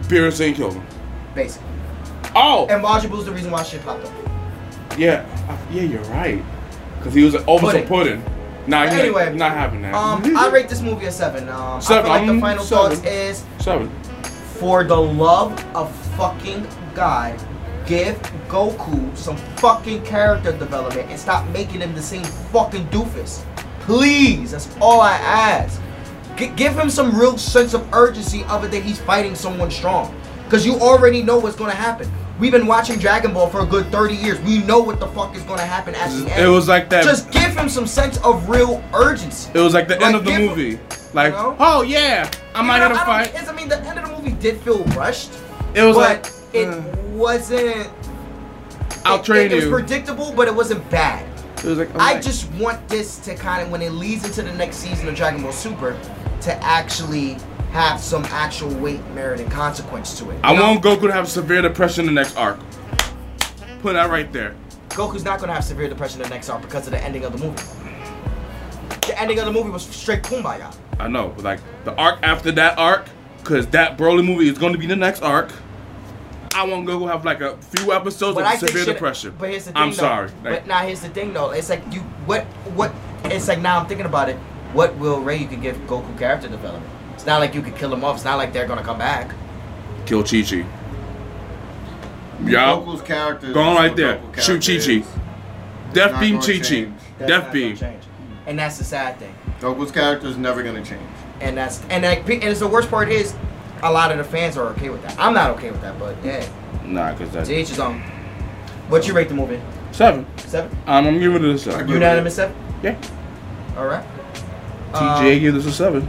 [SPEAKER 3] Beerus ain't killed him.
[SPEAKER 1] basically.
[SPEAKER 3] Oh
[SPEAKER 1] And Majibu's the reason why shit popped up.
[SPEAKER 3] yeah, I- yeah, you're right. Cause he was like, over
[SPEAKER 1] Pudding.
[SPEAKER 3] some pudding. Nah, he
[SPEAKER 1] Anyway,
[SPEAKER 3] ain't- not having that.
[SPEAKER 1] Um, I rate this movie a seven. Um,
[SPEAKER 3] Mm-hmm. Seven,
[SPEAKER 1] I feel like the
[SPEAKER 3] I'm
[SPEAKER 1] final
[SPEAKER 3] seven.
[SPEAKER 1] thoughts is
[SPEAKER 3] seven.
[SPEAKER 1] for the love of fucking God, give Goku some fucking character development and stop making him the same fucking doofus. Please, that's all I ask. G- give him some real sense of urgency other than he's fighting someone strong. Because you already know what's going to happen. We've been watching Dragon Ball for a good 30 years. We know what the fuck is gonna happen at the end.
[SPEAKER 3] It was like that.
[SPEAKER 1] Just give him some sense of real urgency.
[SPEAKER 3] it was like the
[SPEAKER 1] like,
[SPEAKER 3] end of the
[SPEAKER 1] give-
[SPEAKER 3] movie. Like,
[SPEAKER 1] know?
[SPEAKER 3] oh yeah, I'm
[SPEAKER 1] You
[SPEAKER 3] not
[SPEAKER 1] know,
[SPEAKER 3] gonna
[SPEAKER 1] I
[SPEAKER 3] fight.
[SPEAKER 1] don't- it's- I mean, the end of the movie did feel rushed,
[SPEAKER 3] It was
[SPEAKER 1] but
[SPEAKER 3] like,
[SPEAKER 1] it
[SPEAKER 3] uh,
[SPEAKER 1] wasn't.
[SPEAKER 3] I'll
[SPEAKER 1] it-
[SPEAKER 3] train
[SPEAKER 1] It was
[SPEAKER 3] you.
[SPEAKER 1] predictable, but it wasn't bad.
[SPEAKER 3] it was like,
[SPEAKER 1] I
[SPEAKER 3] alright.
[SPEAKER 1] just want this to kind of, when it leads into the next season of Dragon Ball Super, to actually have some actual weight, merit, and consequence to it.
[SPEAKER 3] I want Goku to have severe depression in the next arc. Put that right there.
[SPEAKER 1] Goku's not gonna have severe depression the next arc because of the ending of the movie. The ending of the movie was straight kumbaya.
[SPEAKER 3] I know, but like the arc after that arc, because that Broly movie is going to be the next arc. I want Goku to have like a few episodes
[SPEAKER 1] But
[SPEAKER 3] of
[SPEAKER 1] I think
[SPEAKER 3] severe
[SPEAKER 1] shit-
[SPEAKER 3] depression.
[SPEAKER 1] But here's the thing.
[SPEAKER 3] I'm
[SPEAKER 1] though.
[SPEAKER 3] sorry. Like,
[SPEAKER 1] But now here's the thing though. It's like you what what it's like now I'm thinking about it. What will Ray you can give Goku character development? It's not like you could kill him off. It's not like they're gonna come back.
[SPEAKER 3] kill Chi Chi. Yeah.
[SPEAKER 2] Goku's character.
[SPEAKER 3] Go on right there. Shoot Chi-Chi. Death
[SPEAKER 2] not
[SPEAKER 3] Beam
[SPEAKER 2] gonna
[SPEAKER 3] Chi Chi.
[SPEAKER 2] change.
[SPEAKER 1] That's not
[SPEAKER 3] Death
[SPEAKER 1] gonna
[SPEAKER 3] Beam.
[SPEAKER 1] change. And that's the sad thing.
[SPEAKER 2] Goku's character is never gonna change.
[SPEAKER 1] And that's and like pe- and it's the worst part is, a lot of the fans are okay with that. I'm not okay with that, but yeah.
[SPEAKER 3] Nah, because
[SPEAKER 1] To
[SPEAKER 3] that's
[SPEAKER 1] each his own. um, What you rate the movie?
[SPEAKER 3] seven.
[SPEAKER 1] Seven.
[SPEAKER 3] Um, I'm giving it a seven.
[SPEAKER 2] Agree with
[SPEAKER 1] Unanimous seven.
[SPEAKER 3] Yeah.
[SPEAKER 1] All right.
[SPEAKER 3] TJ gave this a seven.